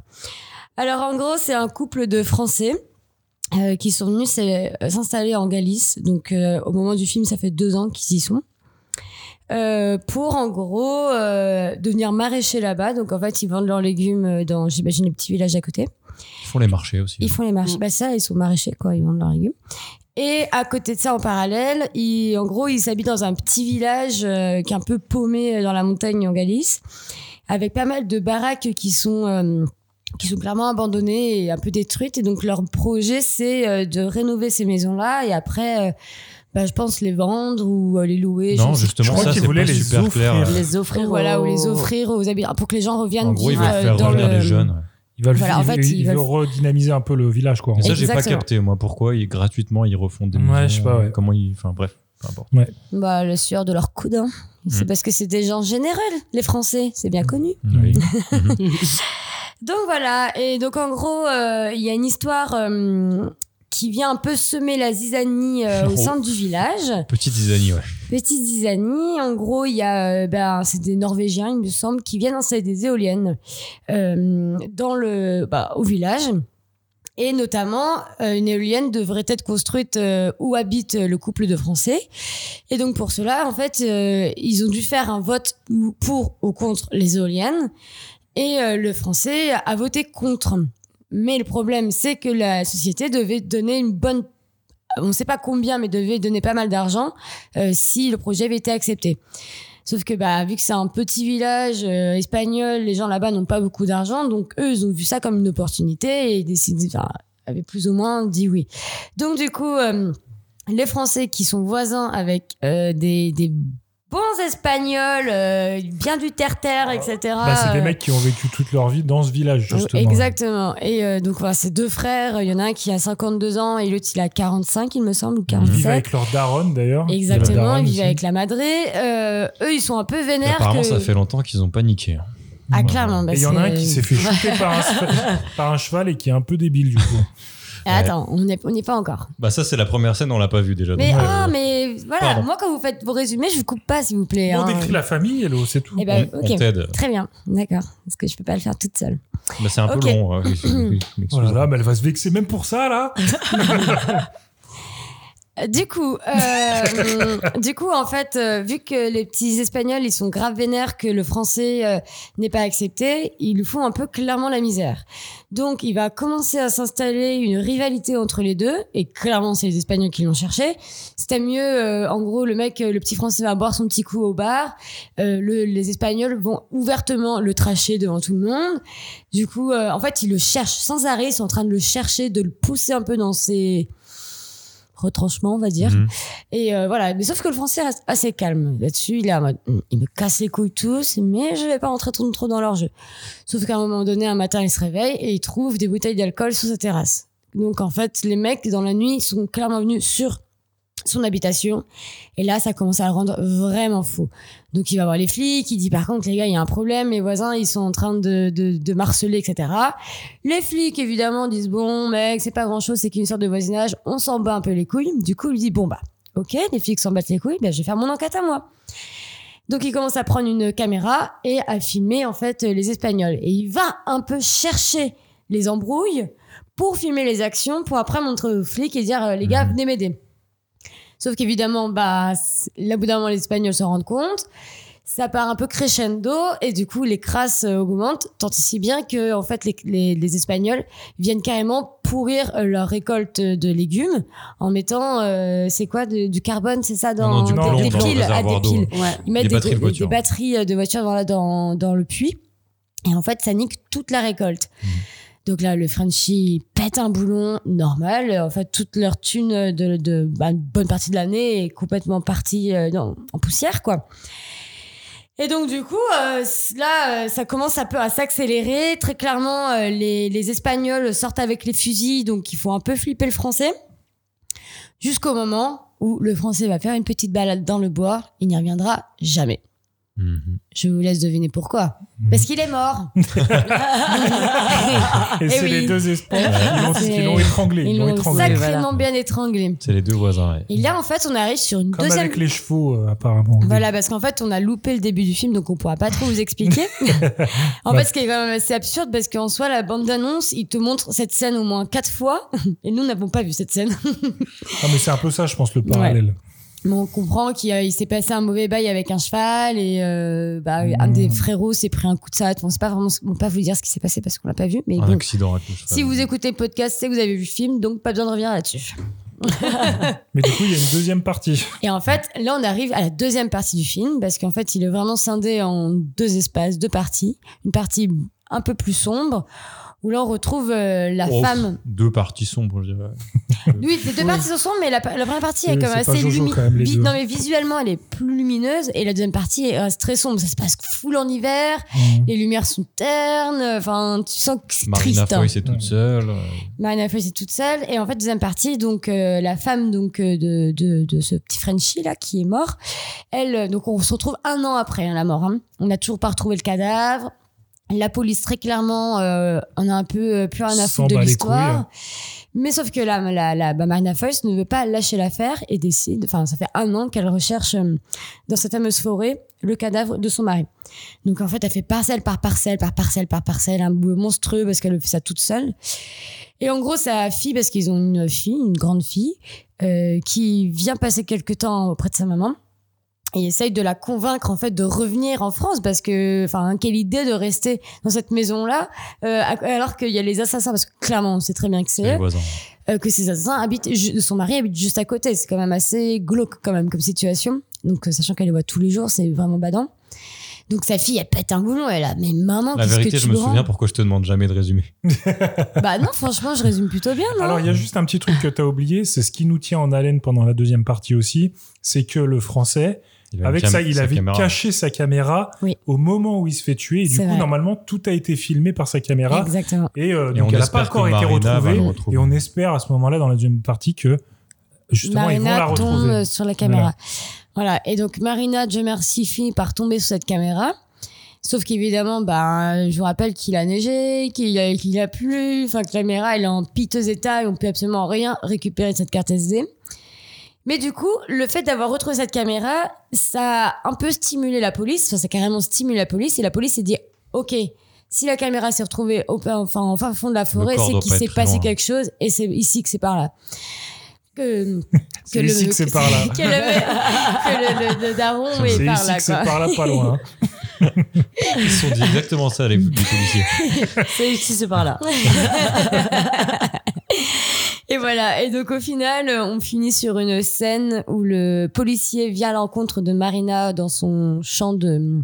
Alors, en gros, c'est un couple de Français euh, qui sont venus c'est- euh, s'installer en Galice. Donc, euh, au moment du film, ça fait deux ans qu'ils y sont. Euh, pour en gros euh, devenir maraîchers là-bas. Donc en fait, ils vendent leurs légumes euh, dans, j'imagine, les petits villages à côté.
ils font les marchés aussi.
Ils font les
Mm.
marchés. Bah, ça, ils sont maraîchers, quoi. Ils vendent leurs légumes. Et à côté de ça, en parallèle, ils, en gros, ils habitent dans un petit village euh, qui est un peu paumé euh, dans la montagne en Galice, avec pas mal de baraques qui sont, euh, qui sont clairement abandonnées et un peu détruites. Et donc, leur projet, c'est euh, de rénover ces maisons-là et après, euh, bah, je pense, les vendre ou euh, les louer.
Non,
je sais
Je
justement,
crois
ça,
qu'ils
c'est
voulaient
pas
les
super clair. euh.
offrir.
Les
pas.
offrir.
Voilà,
au-
ou les offrir aux habitants, pour que les gens reviennent
En gros, ils
vivre
veulent
euh,
faire
dans
revenir
le...
les jeunes. ouais.
Ils veulent, ils
Voilà, en fait,
veulent-
ils
ils
veulent-
veulent redynamiser un peu le village, quoi. en
Mais ça,
gros.
j'ai pas
Exactement.
capté, moi, pourquoi ils, gratuitement ils refont des
Ouais,
maisons,
je sais pas, ouais.
Comment ils. Enfin, bref, peu importe.
Bah, la sueur de leur coudin. C'est
Mm.
parce que c'est des gens généreux, les Français. C'est bien connu.
Mm.
Oui.
Donc voilà. Et donc en gros, euh, il y a une histoire euh, qui vient un peu semer la zizanie euh, au
Oh.
sein du village.
Petite zizanie, ouais.
Petite zizanie. En gros, il y a, euh, ben, c'est des Norvégiens, il me semble, qui viennent installer des éoliennes euh, dans le, bah, au village. Et notamment, euh, une éolienne devrait être construite euh, où habite euh, le couple de Français. Et donc pour cela, en fait, euh, ils ont dû faire un vote ou- pour ou contre les éoliennes. Et euh, le Français a voté contre. Mais le problème, c'est que la société devait donner une bonne... On ne sait pas combien, mais devait donner pas mal d'argent euh, si le projet avait été accepté. Sauf que bah, vu que c'est un petit village euh, espagnol, les gens là-bas n'ont pas beaucoup d'argent, donc eux, ils ont vu ça comme une opportunité et ils décident, enfin, avaient plus ou moins dit oui. Donc du coup, euh, les Français qui sont voisins avec euh, des, des bons Espagnols, euh, bien du terre-terre, etc.
Bah, c'est des
euh,
mecs qui ont vécu toute leur vie dans ce village, justement.
Ah Exactement. Et euh, donc, voilà, c'est deux frères. Il y en a un qui a 52 ans et l'autre, il a 45, il me semble, ou
Ils vivent
47.
avec leur daronne, d'ailleurs. Il y a la
Exactement,
daronne
ils vivent
aussi.
avec la madrée. Euh, eux, ils sont un peu vénères.
Apparemment,
que...
ça fait longtemps qu'ils ont paniqué.
Ah, clairement. bah,
Et il y en a un
c'est-
qui s'est fait shooter par un, cheval, par un cheval et qui est un peu débile du
<laughs>
coup.
Ah, Attends, on n'est on n'est pas encore.
Bah, ça, c'est la première scène, on l'a pas vue déjà.
Mais,
donc, euh,
ah, mais voilà,
Pardon.
moi, quand vous faites vos résumés, je vous coupe pas, s'il vous plaît.
On
hein.
décrit la famille, hello, c'est tout.
Eh ben,
on,
ok.
on t'aide.
Très bien, d'accord. Parce que je peux pas le faire toute seule.
Bah, c'est un
Ok.
peu long.
<clears throat>
ouais.
Oh là là, mais elle va se vexer même pour ça là.
Du coup, euh, <laughs> du coup, en fait, euh, vu que les petits Espagnols ils sont grave vénères que le français euh, n'est pas accepté, ils lui font un peu clairement la misère. Donc, il va commencer à s'installer une rivalité entre les deux, et clairement, c'est les Espagnols qui l'ont cherché. C'était mieux, euh, en gros, le mec, euh, le petit français va boire son petit coup au bar, euh, le- les Espagnols vont ouvertement le tracher devant tout le monde. Du coup, euh, en fait, ils le cherchent sans arrêt, ils sont en train de le chercher, de le pousser un peu dans ses retranchements, on va dire.
Mhm.
Et euh, voilà, mais sauf que le français reste assez calme là-dessus. Il est en mode, Hum, ils me cassent les couilles tous, mais je vais pas rentrer trop, trop dans leur jeu. Sauf qu'à un moment donné, un matin, il se réveille et il trouve des bouteilles d'alcool sous sa terrasse. Donc en fait, les mecs, dans la nuit, sont clairement venus sur son habitation. Et là, ça commence à le rendre vraiment fou. Donc il va voir les flics, il dit par contre, les gars, il y a un problème, les voisins, ils sont en train de, de, de marceler, etc. Les flics, évidemment, disent, bon, mec, c'est pas grand-chose, c'est qu'une sorte de voisinage, on s'en bat un peu les couilles. Du coup, il lui dit, bon, bah, ok, les flics s'en battent les couilles, ben, je vais faire mon enquête à moi. Donc il commence à prendre une caméra et à filmer en fait les Espagnols. Et il va un peu chercher les embrouilles pour filmer les actions, pour après montrer aux flics et dire euh, les
Mhm.
gars venez m'aider. Sauf qu'évidemment, bah, c- là, au bout d'un moment, les Espagnols se rendent compte. Ça part un peu crescendo et du coup, les crasses euh, augmentent, tant et si bien que, en fait, les, les- les Espagnols viennent carrément pourrir euh, leur récolte de légumes en mettant, euh, c'est quoi, de- du carbone, c'est ça, dans
Non, non, du
des-
plomb
des,
dans le
piles, à
réservoir
des
d'eau.
piles.
Ouais.
Ils mettent
Des
des,
batteries de
des-
voiture.
des batteries euh, de voiture voilà, dans, dans le puits. Et en fait, ça nique toute la récolte.
Mmh.
Donc là, le Frenchie pète un boulon normal. En fait, toute leur thune de, de bah, une bonne partie de l'année est complètement partie euh, dans- en poussière, quoi. Et donc du coup, euh, c- là, euh, ça commence un peu à s'accélérer. Très clairement, euh, les, les Espagnols sortent avec les fusils, donc il faut un peu flipper le Français. Jusqu'au moment où le Français va faire une petite balade dans le bois, il n'y reviendra jamais.
Mhm.
Je vous laisse deviner pourquoi.
Mhm.
Parce qu'il
<laughs>
est mort.
Et
Eh
c'est
oui.
les deux
<laughs>
esprits qui l'ont- qui l'ont
C'est-
étranglé.
Ils l'ont
étranglé.
sacrément bien étranglé.
C'est les deux voisins, ouais.
Et là, en fait, on arrive sur une
Comme
deuxième.
avec les chevaux, euh, apparemment.
Voilà, parce qu'en fait, on a loupé le début du film, donc on pourra pas trop
<laughs>
vous expliquer. en fait, ce qui est quand même assez absurde, parce qu'en soi, la bande d'annonce, il te montre cette scène au moins quatre fois, <laughs> et nous n'avons pas vu cette scène.
Ah, mais c'est un peu ça, je pense, le parallèle.
Mais on comprend qu'il euh, il s'est passé un mauvais bail avec un cheval et euh, bah, un des
Mmh.
frérots s'est pris un coup de savate. Bon, c'est pas vraiment, on peut pas vous dire ce qui s'est passé parce qu'on l'a pas vu, mais
Un
bon.
accident avec le cheval.
Si vous écoutez le podcast, c'est que vous avez vu le film, donc pas besoin de revenir là-dessus.
Mais du coup, il y a une deuxième
<laughs>
partie.
Et en fait, là, on arrive à la deuxième partie du film, parce qu'en fait, il est vraiment scindé en deux espaces, deux parties. Une partie un peu plus sombre, où là, on retrouve euh, la
Oh,
femme.
Deux parties sombres, je dirais.
Oui, les deux parties sont sombres, mais la, la première partie est
Oui,
quand même
c'est pas
assez
Jojo,
lumineuse.
quand même, les deux.
Non, mais visuellement, elle est plus lumineuse, et la deuxième partie elle reste très sombre. Ça se passe full en hiver, les lumières sont ternes, enfin, tu sens que c'est triste.
Marina Foy,
hein.
c'est toute seule. euh,
Marina Foy, c'est toute seule. Et en fait, deuxième partie, donc euh, la femme donc euh, de, de, de ce petit Frenchie là qui est mort. Elle, euh, donc on se retrouve un an après hein, la mort. hein. On n'a toujours pas retrouvé le cadavre. La police très clairement, euh, on a un peu euh, plus rien à
S'en
foutre de
bat les
l'histoire.
couilles. hein.
Mais sauf que là, la, la, bah, Marina Foïs ne veut pas lâcher l'affaire et décide, enfin, ça fait un an qu'elle recherche euh, dans cette fameuse forêt le cadavre de son mari. Donc en fait, elle fait parcelle par parcelle, par parcelle, par parcelle, un boulot monstrueux parce qu'elle fait ça toute seule. Et en gros, sa fille, parce qu'ils ont une fille, une grande fille, euh, qui vient passer quelques temps auprès de sa maman et essaye de la convaincre en fait de revenir en France parce que enfin hein, quelle idée de rester dans cette maison là alors qu'il y a les assassins parce que clairement on sait très bien que c'est
Les
eux,
voisins.
euh, que ces assassins habitent ju- son mari habite juste à côté c'est quand même assez glauque quand même comme situation donc euh, sachant qu'elle les voit tous les jours c'est vraiment badant donc sa fille elle pète un boulon elle a mais maman
La
qu'est-ce
vérité,
que tu
je me
branles
souviens pourquoi je te demande jamais de résumer.
bah non franchement je résume plutôt bien non
Alors, il y a juste un petit truc que tu as oublié, c'est ce qui nous tient en haleine pendant la deuxième partie aussi, c'est que le français,
avait
avec
cam-
ça, il
sa
avait
caméra.
caché sa caméra au moment où il se fait tuer, et du
C'est
coup,
vrai.
normalement, tout a été filmé par sa caméra.
Exactement.
Et, euh,
Et
donc,
on
elle n'a
espère
pas
que
encore été
Marina va
retrouvée,
le retrouver.
et on espère à ce moment-là, dans la deuxième partie, que justement, ils vont la
Marina tombe
retrouver.
sur la caméra. Voilà. Et donc, Marina, Dieu merci, finit par tomber sous cette caméra. Sauf qu'évidemment, ben, je vous rappelle qu'il a neigé, qu'il a, qu'il a plu, enfin, que la caméra, elle est en piteux état et on peut absolument rien récupérer de cette carte SD. Mais du coup, le fait d'avoir retrouvé cette caméra, ça a un peu stimulé la police. Enfin, ça a carrément stimulé la police. Et la police s'est dit, OK, si la caméra s'est retrouvée au, enfin, en fin fond de la forêt,
corps
c'est
doit
qu'il
pas être
s'est
très
passé
loin.
quelque chose et c'est ici que c'est par là. que,
<laughs> C'est ici que c'est par là.
que le, que le- le- le daron
C'est
est,
ici
par là.
que c'est
quoi.
par là, pas
<laughs>
loin. hein.
Ils se sont dit exactement ça, les, les policiers.
C'est ici, c'est par là.
<laughs> Et voilà. Et donc, au final, on finit sur une scène où le policier vient à l'encontre de Marina dans son champ de.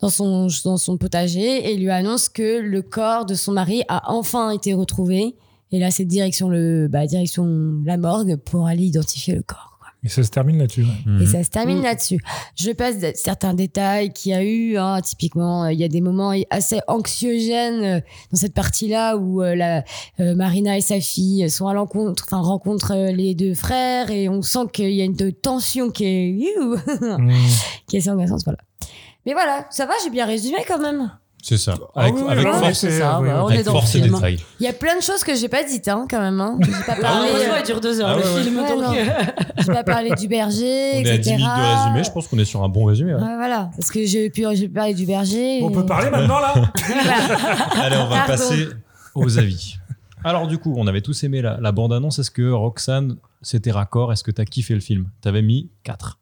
Dans son, dans son potager et lui annonce que le corps de son mari a enfin été retrouvé. Et là, c'est direction, le, bah, direction la morgue pour aller identifier le corps.
Et ça se termine là-dessus.
Mhm.
Et ça se termine
Mm.
là-dessus. Je passe d- certains détails qu'il y a eu. hein, typiquement, euh, il y a des moments assez anxiogènes euh, dans cette partie-là où euh, la, euh, Marina et sa fille sont à l'encontre, enfin rencontrent euh, les deux frères et on sent qu'il y a une de- tension qui est, Youhou <laughs>
Hmm.
qui est assez angoissante. Voilà. Mais voilà, ça va, j'ai bien résumé quand même.
C'est ça.
Ah
Avec,
oui, oui,
avec
oui,
force, euh,
c'est ça, ouais, on
avec
est dans le
force et
film.
détail.
Il y a plein de choses que j'ai pas dites hein, quand même. Hein. J'ai
Ah,
pas parlé.
heureusement, il dure deux heures, Ah le ouais, ouais. film,
Ouais,
donc.
non. J'ai pas parlé du berger,
On est
etc.
à 10 minutes de résumé, je pense qu'on est sur un bon résumé. ouais.
Ouais, voilà, parce que j'ai pu, j'ai parlé du berger.
On
et-
peut parler maintenant,
<laughs>
là
<laughs> Allez, on va
Pardon.
passer aux avis. Alors du coup, on avait tous aimé la, la bande-annonce. Est-ce que Roxane, c'était raccord Est-ce que t'as kiffé le film T'avais mis 4.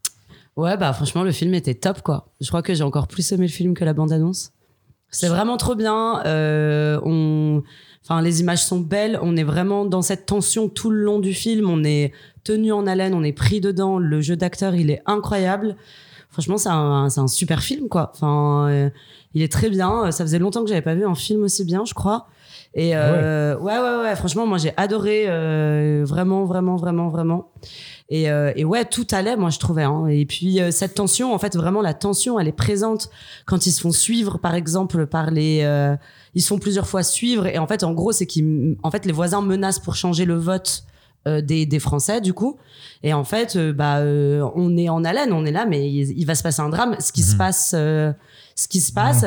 Ouais, bah franchement, le film était top, quoi. Je crois que j'ai encore plus aimé le film que la bande-annonce. C'est vraiment trop bien. euh, on... enfin, les images sont belles. On est vraiment dans cette tension tout le long du film. On est tenu en haleine, on est pris dedans. Le jeu d'acteur, il est incroyable. Franchement, c'est un, c'est un super film, quoi. Enfin, euh, il est très bien. Euh, Ça faisait longtemps que j'avais pas vu un film aussi bien, je crois. Et euh, ouais. ouais, ouais, Franchement, moi, j'ai adoré. euh, vraiment, vraiment, vraiment, vraiment. Et, euh, et ouais, tout allait, moi, je trouvais. hein. Et puis, euh, cette tension, en fait, vraiment, la tension, elle est présente quand ils se font suivre, par exemple, par les. euh, ils se font plusieurs fois suivre. Et en fait, en gros, c'est qu'ils. En fait, les voisins menacent pour changer le vote. euh, des, des Français du coup et en fait euh, bah euh, on est en haleine on est là mais il, il va se passer un drame ce
Mhm.
qui se passe euh, ce qui se passe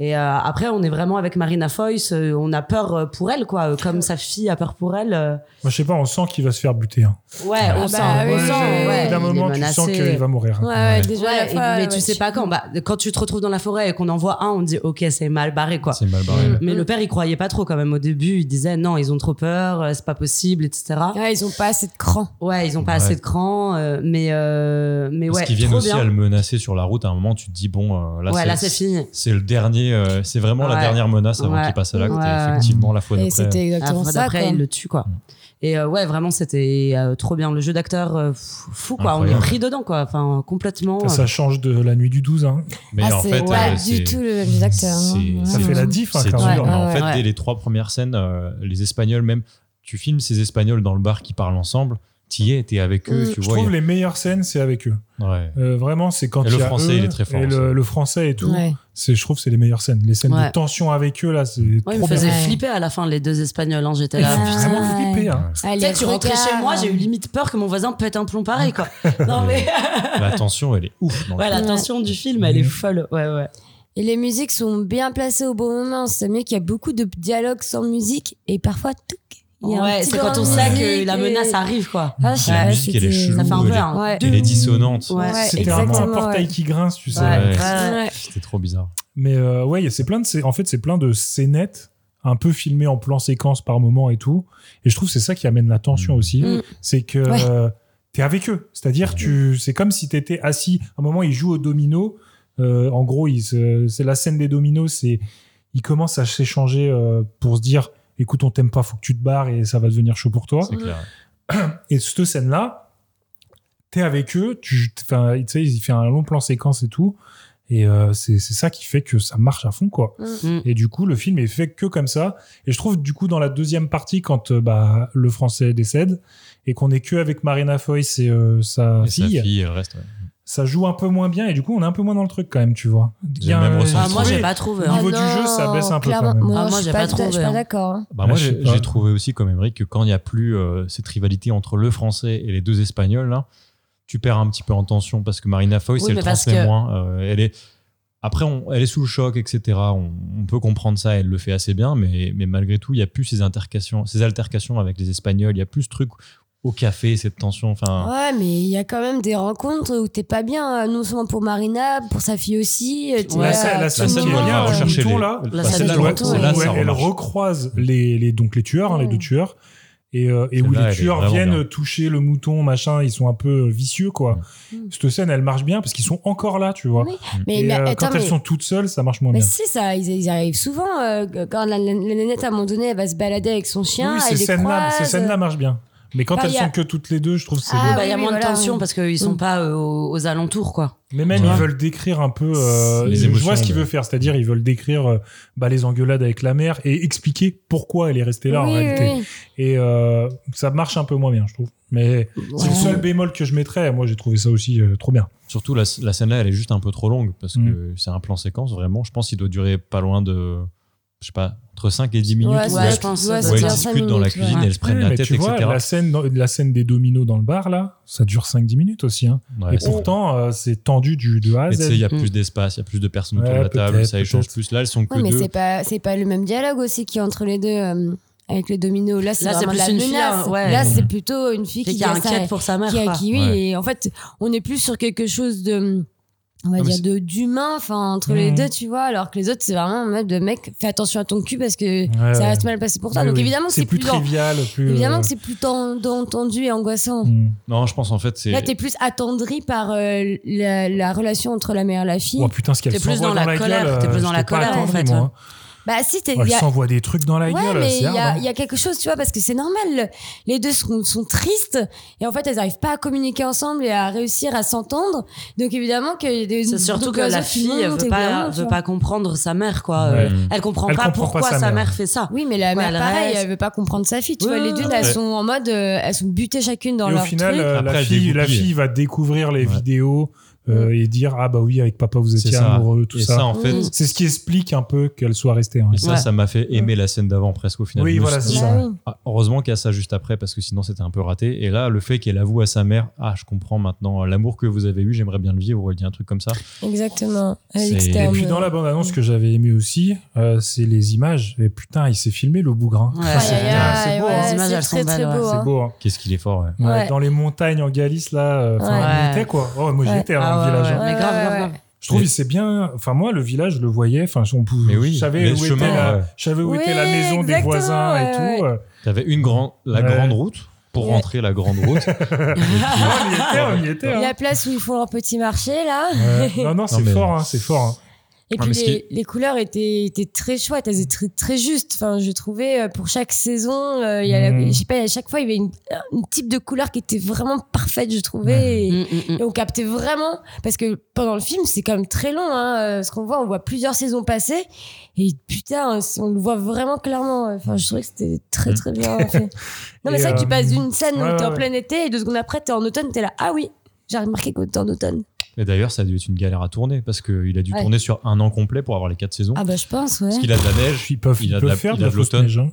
et euh, après on est vraiment avec Marina Foïs euh, on a peur euh, pour elle quoi euh, comme sa fille a peur pour elle euh,
Moi, je sais pas, on sent qu'il va se faire buter. hein.
Ouais,
Ah bah
on sent,
oui,
on
oui,
sent,
oui, au
ouais,
bout d'un
il est
moment, tu sens
menacé.
qu'il va mourir. hein. Ouais, ouais,
déjà, la
et-
fois,
mais
ouais,
tu sais
tu-
pas quand. Bah, quand tu te retrouves dans la forêt et qu'on en voit un, on dit ok, c'est mal barré quoi.
C'est mal
Mm.
barré.
Mais le père, il croyait pas trop quand même au début. Il disait non, ils ont trop peur, euh, c'est pas possible, etc.
Ah, Ouais, ils ont pas assez de cran.
Ouais, ils ont pas
Ouais.
assez de cran. euh, mais euh, mais
Parce
ouais.
qu'ils viennent
trop
aussi
bien.
à le menacer sur la route. À un moment, tu te dis bon, euh, là,
Ouais, là, c'est fini.
C'est le dernier. euh, c'est vraiment la
Ouais.
dernière menace avant
Ouais.
qu'il passe à l'acte.
Ouais,
Et
ouais.
effectivement, la fois d'après.
La fois d'après, il ah, le tue, quoi. Et euh, ouais, vraiment, c'était euh, trop bien. Le jeu d'acteur, euh, fou, fou, quoi. On
Incroyable.
est pris dedans, quoi. Enfin, complètement. euh,
Ça, ça change de la nuit du 12. Hein.
Mais
Ah,
en
c'est
fait,
pas
euh,
du
c'est-
tout le même acteur. hein.
c'est-
Ça
c'est-
fait la diff, hein,
c'est
quand
dur,
même.
mais en
Ouais,
fait,
ouais.
dès les trois premières scènes, euh, les Espagnols, même, tu filmes ces Espagnols dans le bar qui parlent ensemble, t'y es, t'es avec
Mm,
eux, tu
je
vois.
trouve
il y
les meilleures scènes, c'est avec eux.
a- Ouais.
Euh, vraiment, c'est quand
Et
il
le
y a
français,
eux
il est très fort
Et le,
aussi.
le français et tout.
Ouais.
C'est, je trouve, que c'est les meilleures scènes. Les scènes
Ouais.
de tension avec eux, là, c'est
Ouais, il me
trop
faisait
bien.
flipper à la fin, les deux Espagnols. hein, J'étais là.
Ils font vraiment
putain.
flipper, hein.
Tu sais,
les
tu rentrais
regards.
chez moi, j'ai eu limite peur que mon voisin pète un plomb
<laughs>
pareil, quoi. <laughs> Non, mais.
<laughs> La tension, elle est ouf. dans le
ouais, la
film.
tension du film, elle est folle. Ouais, ouais.
Et les musiques sont bien placées au bon moment. C'est mieux qu'il y a beaucoup de dialogues sans musique et parfois touc, il y a un
Ouais,
petit
c'est
brin
quand on
de
sait
musique
que la
et-
menace arrive, quoi.
Ah, je sais
La
pas,
musique, elle est
c'était-
chelou,
Ça fait un peu
elle est-
un-
Ouais.
Elle est dissonante.
Ouais,
C'était
C'était vraiment un
exactement,
portail
ouais.
qui grince, tu sais.
Ouais.
Ouais.
C'était trop bizarre.
Mais euh, ouais, il y a- c'est plein de, scé- en fait, c'est plein de scénettes un peu filmées en plan séquence par moment et tout. Et je trouve que c'est ça qui amène la tension aussi,
Mm.
c'est que
Ouais.
euh, t'es avec eux. C'est-à-dire tu, c'est comme si t'étais assis. À un moment, ils jouent au domino. Euh, en gros, ils se- c'est la scène des dominos. C'est ils commencent à s'échanger euh, pour se dire, écoute, on t'aime pas, faut que tu te barres et ça va devenir chaud pour toi.
C'est clair.
Et cette scène-là, t'es avec eux, tu, enfin, tu sais, il fait un long plan séquence et tout. Et euh, c'est c'est ça qui fait que ça marche à fond, quoi.
Mm.
Et du coup, le film est fait que comme ça. Et je trouve, du coup, dans la deuxième partie, quand euh, bah, le français décède et qu'on est que avec Marina Foïs et euh, sa,
Et
fille,
sa fille euh, reste. ouais.
ça joue un peu moins bien. Et du coup, on est un peu moins dans le truc, quand même, tu vois. euh, Il y a
J'ai le même
un-
ressenti.
Ah, moi, j'ai
Oui,
pas trouvé.
Au
hein.
niveau
Ah
du jeu, ça
non,
baisse un peu,
clairement.
quand même.
Moi,
Ah, moi,
je
j'ai
suis
pas
pas,
trouvé,
je suis pas
hein.
d'accord. hein.
Bah,
Ouais,
moi,
Ah, je sais
j'ai
pas.
j'ai trouvé aussi comme Emmerich que quand il n'y a plus euh, cette rivalité entre le français et les deux espagnols, là, tu perds un petit peu en tension parce que Marina Foy,
Oui,
elle
mais parce
transmet
que-
moins. euh, elle est... Après, on- elle est sous le choc, etc. On, on peut comprendre ça, elle le fait assez bien, mais, mais malgré tout, il n'y a plus ces, intercations- ces altercations avec les Espagnols, il y a plus ce truc au café, cette tension. Enfin,
Ouais, mais il y a quand même des rencontres où t'es pas bien, euh, non seulement pour Marina, pour sa fille aussi. euh, t'es
Ouais,
là,
la scène, la
tout le
scène qui
monde,
est bien,
euh,
rechercher
les-
là,
La
Bah,
scène
c'est
du
là où-
mouton,
où
ouais.
là, ça
elle
remarche.
recroise les, les- donc les tueurs, hein, les deux tueurs, et, euh, et où
Celle-là, elle
les
est
tueurs
vraiment
viennent
bien.
toucher le mouton, machin, ils sont un peu vicieux, quoi. Cette scène, elle marche bien parce qu'ils sont encore là, tu vois.
Mais-
Et,
mais
euh,
attends,
quand elles
mais-
sont toutes seules, ça marche moins
Mais
bien.
si, ça, ils, ils arrivent souvent. euh, quand la, la- la nénette, à un moment donné, elle va se balader avec son chien.
oui, ces
elle les
scènes-là, ces
croise.
scènes-là marchent bien. Mais quand
Bah,
elles
y a-
sont que toutes les deux, je trouve que c'est.
Ah,
Bah, il y a
oui,
moins
voilà.
de tension parce qu'ils sont
Mm.
pas euh, aux, aux alentours, quoi.
bah,
Mais même,
Ouais.
ils veulent décrire un peu. euh,
Les
je
émotions,
vois ce qu'ils
ouais.
veulent faire, c'est-à-dire ils veulent décrire euh, bah, les engueulades avec la mère et expliquer pourquoi elle est restée là en
Oui, oui,
réalité.
oui.
Et euh, ça marche un peu moins bien, je trouve. Mais c'est le
Ouais.
seul bémol que je mettrais. Moi, j'ai trouvé ça aussi euh, trop bien.
Surtout, la, la scène-là, elle est juste un peu trop longue
Mm.
parce que c'est un plan séquence, vraiment. Je pense qu'il doit durer pas loin de, je sais pas, entre 5 et 10 minutes.
Ouais,
où
ouais,
elles-
je pense.
ouais,
Ouais,
où
c'est
elles
bien
discutent
cinq
dans la
minutes,
cuisine,
ouais.
elles se prennent
Ouais,
la
mais
tête,
tu
etc.
vois, la scène, dans- la scène des dominos dans le bar, là, ça dure 5-10 minutes aussi. hein.
Ouais,
et
c'est vrai.
pourtant, euh, c'est tendu du, de A à
Mais tu sais, il
Z.
y a
Mm.
plus d'espace, il y a plus de personnes autour
Ouais,
de la table,
peut-être,
ça échange
peut-être.
plus. Là, elles sont que
Ouais, mais
deux.
c'est pas, c'est pas le même dialogue aussi qui entre les deux. euh, Avec le domino, là c'est
Là, c'est
vraiment de
plus
la
une fille,
menace.
hein, ouais.
Là c'est plutôt une fille
Et qui
qui a sa-
inquiète pour sa mère.
qui, a-
quoi.
qui, oui,
Ouais.
et en fait, on est plus sur quelque chose de, on va
Ah, mais
dire,
c'est-
de d'humain, enfin, entre les
Mhm.
deux, tu vois, alors que les autres, c'est vraiment en mode de mec, fais attention à ton cul parce que
Ouais,
ça va
ouais.
se mal passer pour toi.
Ouais,
Donc
oui.
évidemment, que
c'est plus
en-
trivial. Plus,
évidemment
euh,
que c'est plus ten- tendu et angoissant.
hmm.
Non, je pense en fait, c'est.
Là, t'es plus attendri par euh, la, la relation entre la mère et la fille.
Oh putain, ce qu'elle
T'es plus
s'envoie
dans
dans,
la
la
colère,
gueule. euh,
t'es plus dans la
j'étais pas
colère, en
attendu,
fait,
moi. hein.
ouais.
Bah si, t'es-
Elle
y a-
s'envoie des trucs dans la
Ouais,
gueule,
mais
c'est
il y,
hard.
a-
hein.
il y a quelque chose, tu vois, parce que c'est normal. le- Les deux sont, sont tristes et en fait, elles n'arrivent pas à communiquer ensemble et à réussir à s'entendre. Donc évidemment qu'il y a des.
C'est surtout
donc,
que
les
la
autres, ils
fille elle
montent,
veut
et
pas,
vraiment, tu
veut
vois.
pas comprendre sa mère, quoi.
Ouais.
Euh, Elle comprend
Elle
pas
comprend pas sa
pourquoi sa
mère.
mère fait ça.
Oui, mais la
Ouais,
mère,
elle
pareil,
reste.
elle veut pas comprendre sa fille. Tu vois,
Ouais,
les deux,
ouais,
elles
ouais.
sont en mode. euh, elles sont butées chacune dans
Et au
leur
final,
truc.
euh,
Après,
la,
elle
fille,
dégoupille.
la fille va découvrir les
Ouais.
vidéos
Mm.
euh, et dire Ah bah oui, avec papa, vous
C'est
étiez
ça.
amoureux, tout
et ça,
ça. Mmh.
en fait,
Mm.
C'est ce qui explique un peu qu'elle soit restée. hein.
et ça,
Ouais.
ça m'a fait aimer la scène d'avant presque au final.
Oui,
Je me
voilà,
suis
c'est
dit,
ça.
Bah oui.
Ah, heureusement qu'il y a ça juste après parce que sinon c'était un peu raté. Et là, le fait qu'elle avoue à sa mère, ah, je comprends maintenant l'amour que vous avez eu, j'aimerais bien le vivre, ou elle dit un truc comme ça.
Exactement. Euh,
C'est-
Et
externe.
puis dans la bande-annonce que j'avais aimé aussi, euh, c'est les images. Et putain, il s'est filmé le bougrain.
Ouais,
Aïe,
c'est
aïe,
bien.
aïe,
C'est beau,
ouais,
hein. Les images, elles
c'est très,
sont
très
belles,
beau.
ouais.
hein.
C'est beau. hein.
Qu'est-ce qu'il est fort. ouais.
Ouais,
Ouais.
Dans les montagnes en Galice, là, euh, enfin,
Ouais.
on était quoi. Oh, moi
Ouais.
j'étais dans
Ah
le
ouais,
village. hein.
ouais, mais grave,
Ouais,
grave,
ouais,
grave.
Je trouve
Mais-
que c'est bien. Enfin, moi, le village, je le voyais. Enfin, on pouvait.
Mais oui,
je savais
les
où,
chemins,
était la,
ouais.
je savais où
Oui,
était la maison des
exactement,
voisins et
ouais,
tout.
ouais.
euh.
T'avais une grande, la
Ouais.
grande route pour
Ouais.
rentrer la grande route.
<laughs> On y était, on y était. hein.
La place où ils font leur petit marché, là.
Ouais. Non, non, c'est
mais-
fort, hein, c'est fort. hein.
Et
Ah,
puis
mais ce qui
les, les couleurs étaient, étaient très chouettes, elles étaient très, très justes. Enfin, je trouvais euh, pour chaque saison, euh, il y a,
Mm.
je sais pas, à chaque fois il y avait une, un type de couleur qui était vraiment parfaite, je trouvais. Et,
Mm, mm, mm.
et on captait vraiment parce que pendant le film, c'est quand même très long. Hein, euh, ce qu'on voit, on voit plusieurs saisons passer et putain, on- on le voit vraiment clairement. Enfin, je trouvais que c'était très très bien fait. Non,
Et,
mais c'est vrai que tu
euh,
passes d'une scène
ouais,
où t'es en
ouais.
plein été et deux secondes après t'es en automne, t'es là. Ah oui, j'ai remarqué que t'es en automne.
Et d'ailleurs, ça a dû être une galère à tourner parce qu'il a dû
Ouais.
tourner sur un an complet pour avoir les quatre saisons.
Ah bah je pense ouais.
Parce qu'il a de la neige,
Ils peuvent,
il a
ils
de
peuvent
la,
faire
il
de
a
la
de
fausse
l'automne.
neige. hein.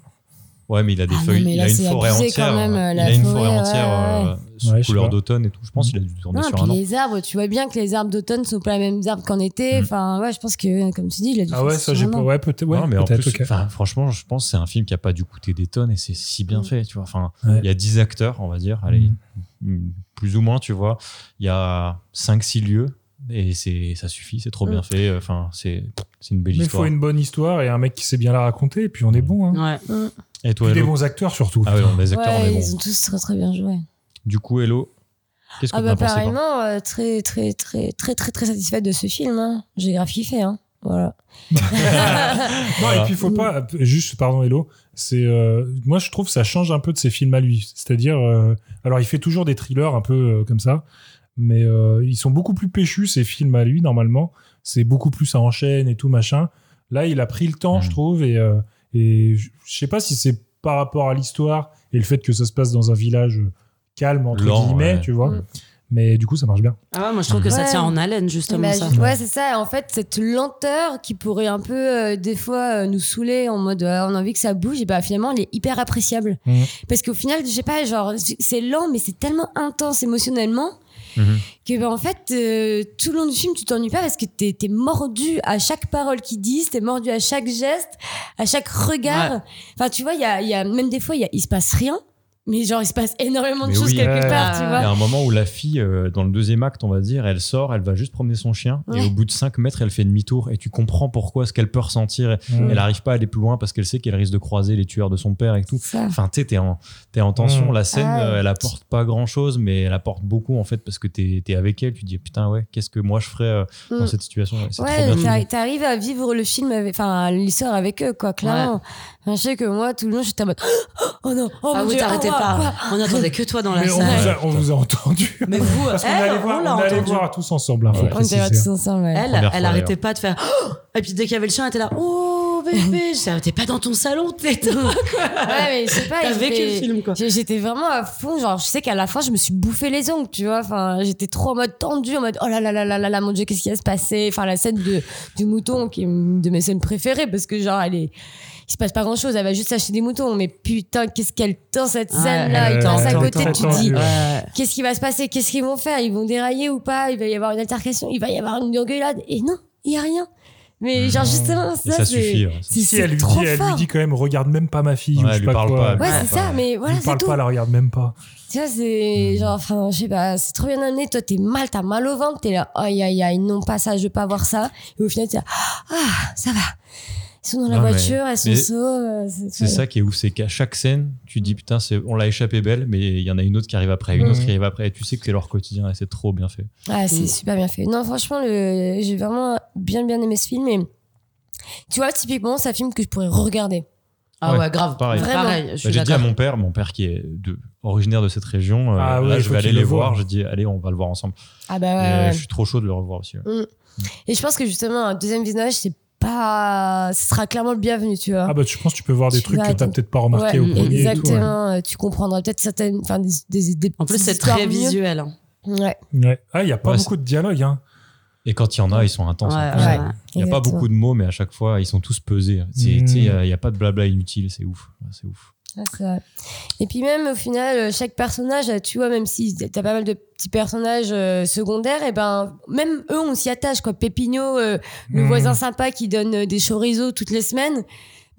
Ouais, mais il a des
Ah non,
feuilles,
mais
il
là,
a une
c'est
forêt
abusé
entière.
quand même,
euh,
euh,
il
la
a une
forêt,
forêt
ouais,
entière
ouais,
euh, sous
Ouais, je sais
couleur
pas.
d'automne et tout. Je pense qu'il a dû tourner
Non,
sur
puis
un an.
les arbres, tu vois bien que les arbres d'automne sont pas les mêmes arbres qu'en été.
Mm.
Enfin, ouais, je pense que, comme tu dis, il a dû
Ah
faire
ouais, ça j'ai
sur un
pas.
an.
Ouais, peut-être. Ouais,
Non, mais en
peut-être,
plus,
ok.
enfin, franchement, je pense que c'est un film qui a pas dû coûter des tonnes et c'est si bien
Mm.
fait, tu vois. Enfin,
Ouais.
il y a 10 acteurs, on va dire, allez,
Mm.
mm, plus ou moins, tu vois. Il y a 5-6 lieux et c'est ça suffit, c'est trop
Mm.
bien fait. Enfin, c'est c'est une belle
Mais il faut
histoire.
une bonne histoire et un mec qui sait bien la raconter, et puis on est bon. Hein.
mm. Ouais.
Et
Puis
toi,
des
Hello
bons acteurs surtout.
Ah ouais, non, les acteurs, on
Ouais,
est
ils
bons.
ont tous très très bien joué.
Du coup, Hello, qu'est-ce que
Ah
t'en
bah
as pensé toi
pareillement, euh, très très très très très très satisfaite de ce film. hein. J'ai grave kiffé. Hein. Voilà.
Non,
Voilà.
et puis il faut pas. Juste, pardon, Hello. C'est, euh, moi, je trouve que ça change un peu de ses films à lui. C'est-à-dire. euh, alors, il fait toujours des thrillers un peu euh, comme ça, mais euh, ils sont beaucoup plus péchus, ces films à lui, normalement. C'est beaucoup plus ça enchaîne et tout, machin. Là, il a pris le temps,
Mhm.
je trouve, et, euh, et je je sais pas si c'est par rapport à l'histoire et le fait que ça se passe dans un village calme, entre
Lent,
guillemets,
ouais.
tu vois.
Mhm.
Mais du coup, ça marche bien.
Ah ouais, moi je trouve que ça
Ouais.
tient en haleine justement
Bah,
ça.
juste- ouais, c'est ça. En fait, cette lenteur qui pourrait un peu, euh, des fois, euh, nous saouler en mode ah, on a envie que ça bouge, et bah finalement, elle est hyper appréciable.
Mhm.
Parce qu'au final, je sais pas, genre, c'est lent, mais c'est tellement intense émotionnellement
Mhm.
que, bah, en fait, euh, tout le long du film, tu t'ennuies pas parce que t'es es mordu à chaque parole qu'ils disent, t'es mordu à chaque geste, à chaque regard. Enfin, tu vois, il y a, il y a- même des fois, il y a- il se passe rien. Mais genre, il se passe énormément de
Mais
choses
oui.
quelque
Ouais.
part, tu
Il y a
vois.
un moment où la fille, euh, dans le deuxième acte, on va dire, elle sort, elle va juste promener son chien,
Ouais.
et au bout de 5 mètres, elle fait demi-tour, et tu comprends pourquoi ce qu'elle peut ressentir.
Mm.
Elle n'arrive pas à aller plus loin parce qu'elle sait qu'elle risque de croiser les tueurs de son père et tout.
Ça.
Enfin, tu sais, t'es en, t'es en tension.
Mm.
La scène,
Ah.
euh, elle apporte pas grand-chose, mais elle apporte beaucoup, en fait, parce que t'es es avec elle. Tu te dis, putain, ouais, qu'est-ce que moi je ferais euh, dans
Mm.
cette situation Ouais, C'est
Ouais,
trop bien.
t'arri- t'arrives à vivre le film, avec- enfin l'histoire avec eux, quoi, clairement. Je sais que moi, tout le monde, j'étais en mode Oh non, oh
Ah
mon
oui,
Dieu,
t'arrêtais
oh, wow,
pas.
quoi.
On n'attendait que toi dans la
Mais on, <laughs> vous
salle.
a, on vous a entendu.
Mais
<laughs>
vous,
Parce qu'on
elle,
allait
on
voir, on
l'a
allait
entendu.
voir tous ensemble. hein, faut
Ouais.
On
préciser.
était là tous ensemble, ouais.
Elle,
Première
elle
fois,
arrêtait pas de faire. <gasps> Oh Et puis dès qu'il y avait le chien, elle était là. Oh bébé, je savais, t'es pas dans ton salon, t'es toi.
Ouais, mais je sais pas.
T'as
j'étais-
vécu le film, quoi.
j'ai- J'étais vraiment à fond. Genre, je sais qu'à la fin, je me suis bouffé les ongles, tu vois. Enfin, j'étais trop en mode tendu, en mode oh là là là là là là, mon dieu, qu'est-ce qui va se passer Enfin, la scène de, du mouton, qui est une de mes scènes préférées, parce que genre, elle est. Il se passe pas grand chose, elle va juste acheter des moutons. Mais putain, qu'est-ce qu'elle tend cette
Ouais,
scène-là.
elle
Elle passe à
tend,
côté,
tend,
tu
tend,
te dis
tendue, ouais.
qu'est-ce qui va se passer Qu'est-ce qu'ils vont faire Ils vont dérailler ou pas Il va y avoir une altercation Il va y avoir une engueulade Et non, il y a rien. Mais genre,
Non.
justement,
Mmh. Et
ça,
ça
c'est-
suffit. hein. ouais.
c'est-
Si
c'est
elle lui,
trop
dit, elle lui
fort.
dit quand même, regarde même pas ma fille.
Ouais,
ou je
elle
sais
lui
pas
parle pas,
quoi.
Ouais, c'est
Ouais.
ça, mais
Elle
voilà,
lui
c'est
parle
tout.
pas, elle la regarde même pas.
Tu vois, c'est genre, enfin, je sais pas, c'est trop bien amené. Toi, t'es mal, t'as mal au ventre, t'es là, aïe, aïe, aïe, non, pas ça, je veux pas voir ça. Et au final, t'es là, ah, ça va. Ils sont dans la
Non, mais-
voiture, elles sont
mais-
sauves. euh,
C'est ça qui est ouf, c'est qu'à chaque scène, tu dis putain, c'est- on l'a échappé belle, mais il y en a une autre qui arrive après, une
Mm.
Mhm.
autre qui arrive après, et tu sais que c'est leur quotidien et c'est trop bien fait.
Ouais,
Mm.
c'est super bien fait. Non, franchement, le... j'ai vraiment bien, bien aimé ce film. Et tu vois, typiquement, c'est un film que je pourrais regarder.
Ah
Ouais,
ouais, grave.
pareil.
Vraiment.
Pareil, je
Bah,
suis
J'ai dit à
d'accord.
mon père, mon père qui est de- originaire de cette région, euh,
Ah ouais,
là
il
je
faut
vais aller
qu'il
les
le voie.
voir. J'ai dit allez, on va le voir ensemble.
Ah bah ouais.
Et, euh,
ouais.
je suis trop chaud de le revoir aussi. ouais.
Et je pense que justement, un deuxième visionnage, c'est pas. Ce sera clairement le bienvenu, tu vois.
Ah bah tu penses que tu peux voir des
Tu
trucs
vas
que t'as
tout-
peut-être pas remarqué
Ouais,
au premier. et tout, hein. ouais.
exactement. euh, Tu comprendras peut-être certaines. Enfin, des, des, des
En plus,
petites
c'est
histoires
très
mieux.
visuel. hein.
Ouais.
Ouais. Ah, il y a pas
Ouais,
beaucoup de dialogue. Hein.
Et quand il y en a, ils sont intenses.
Ouais,
en
Ah ouais.
plus. Il n'y a pas
Exactement.
beaucoup de mots, mais à chaque fois, ils sont tous pesés. C'est-
Mhm.
tu sais, Il n'y a pas de blabla inutile, c'est ouf. Ouais, C'est ouf.
Ouais, c'est vrai. Et puis même au final, euh, chaque personnage, euh, tu vois, même si t'as pas mal de petits personnages euh, secondaires, et ben même eux, on s'y attache quoi. Pépino, euh, le
Mm.
voisin sympa qui donne euh, des chorizo toutes les semaines.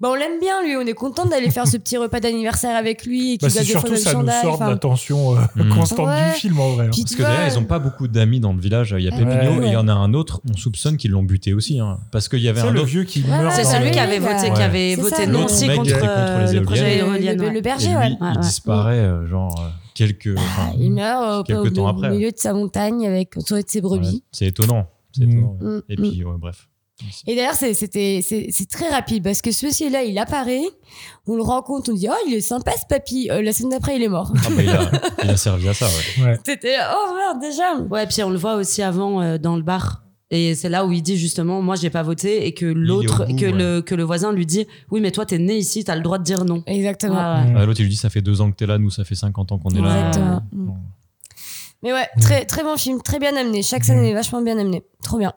Ben, on l'aime bien lui, on est content d'aller faire ce petit repas d'anniversaire avec lui et qui
Bah,
doit
c'est surtout
défendre le
ça nous
chandail.
sort de
enfin.
la
<laughs>
tension euh,
Mhm.
constante du
Ouais.
film en vrai. hein.
Puis
Parce
tu
que
vois,
d'ailleurs, ils n'ont pas beaucoup d'amis dans le village. Il y a
Ouais.
Pépino
Ouais.
et il y en a un autre, on soupçonne qu'ils l'ont buté aussi. hein. parce qu'il y avait
Tu sais,
un
le
autre.
vieux qui
Ouais,
meurt.
ouais,
C'est
dans
celui
le-
qui avait
Ouais,
voté, qui
ouais.
avait
C'est
voté
ça,
non
l'autre
aussi
mec qui
contre
était contre
euh,
les
le projet
le,
éolien.
le-
ouais.
le
Et
berger,
lui,
ouais.
ouais, Ah,
il
ouais.
disparaît, euh, genre, euh, quelques. enfin,
Il meurt euh,
Quelque
au,
temps
au
après, ouais.
milieu de sa montagne avec entouré de ses
voilà.
brebis.
C'est étonnant. C'est
Mhm.
étonnant, ouais.
Hmm,
Mm,
Et
mm.
puis, ouais, bref.
Et d'ailleurs, c'est, c'était, c'est, c'est très rapide parce que ce monsieur-là, il apparaît, on le rencontre, on dit Oh, il est sympa ce papy. Euh, la semaine d'après, il est mort. <laughs>
Ah bah, il, a, il a servi à ça, ouais.
C'était Oh merde, déjà.
Ouais, puis on le voit aussi avant euh, dans le bar. Et c'est là où il dit justement, moi j'ai pas voté, et que l'autre,
au bout,
que,
ouais.
le, que le voisin lui dit, oui, mais toi t'es né ici, t'as le droit de dire non.
Exactement.
Mm.
Ouais, ouais.
Mhm.
Ah, L'autre, il lui dit ça fait deux ans que t'es là, nous, ça fait 50 ans qu'on est là. euh,
Exactement. Mm.
Bon. Mm.
Mais ouais, très, très bon film, très bien amené. Chaque scène est vachement bien amenée. Trop bien.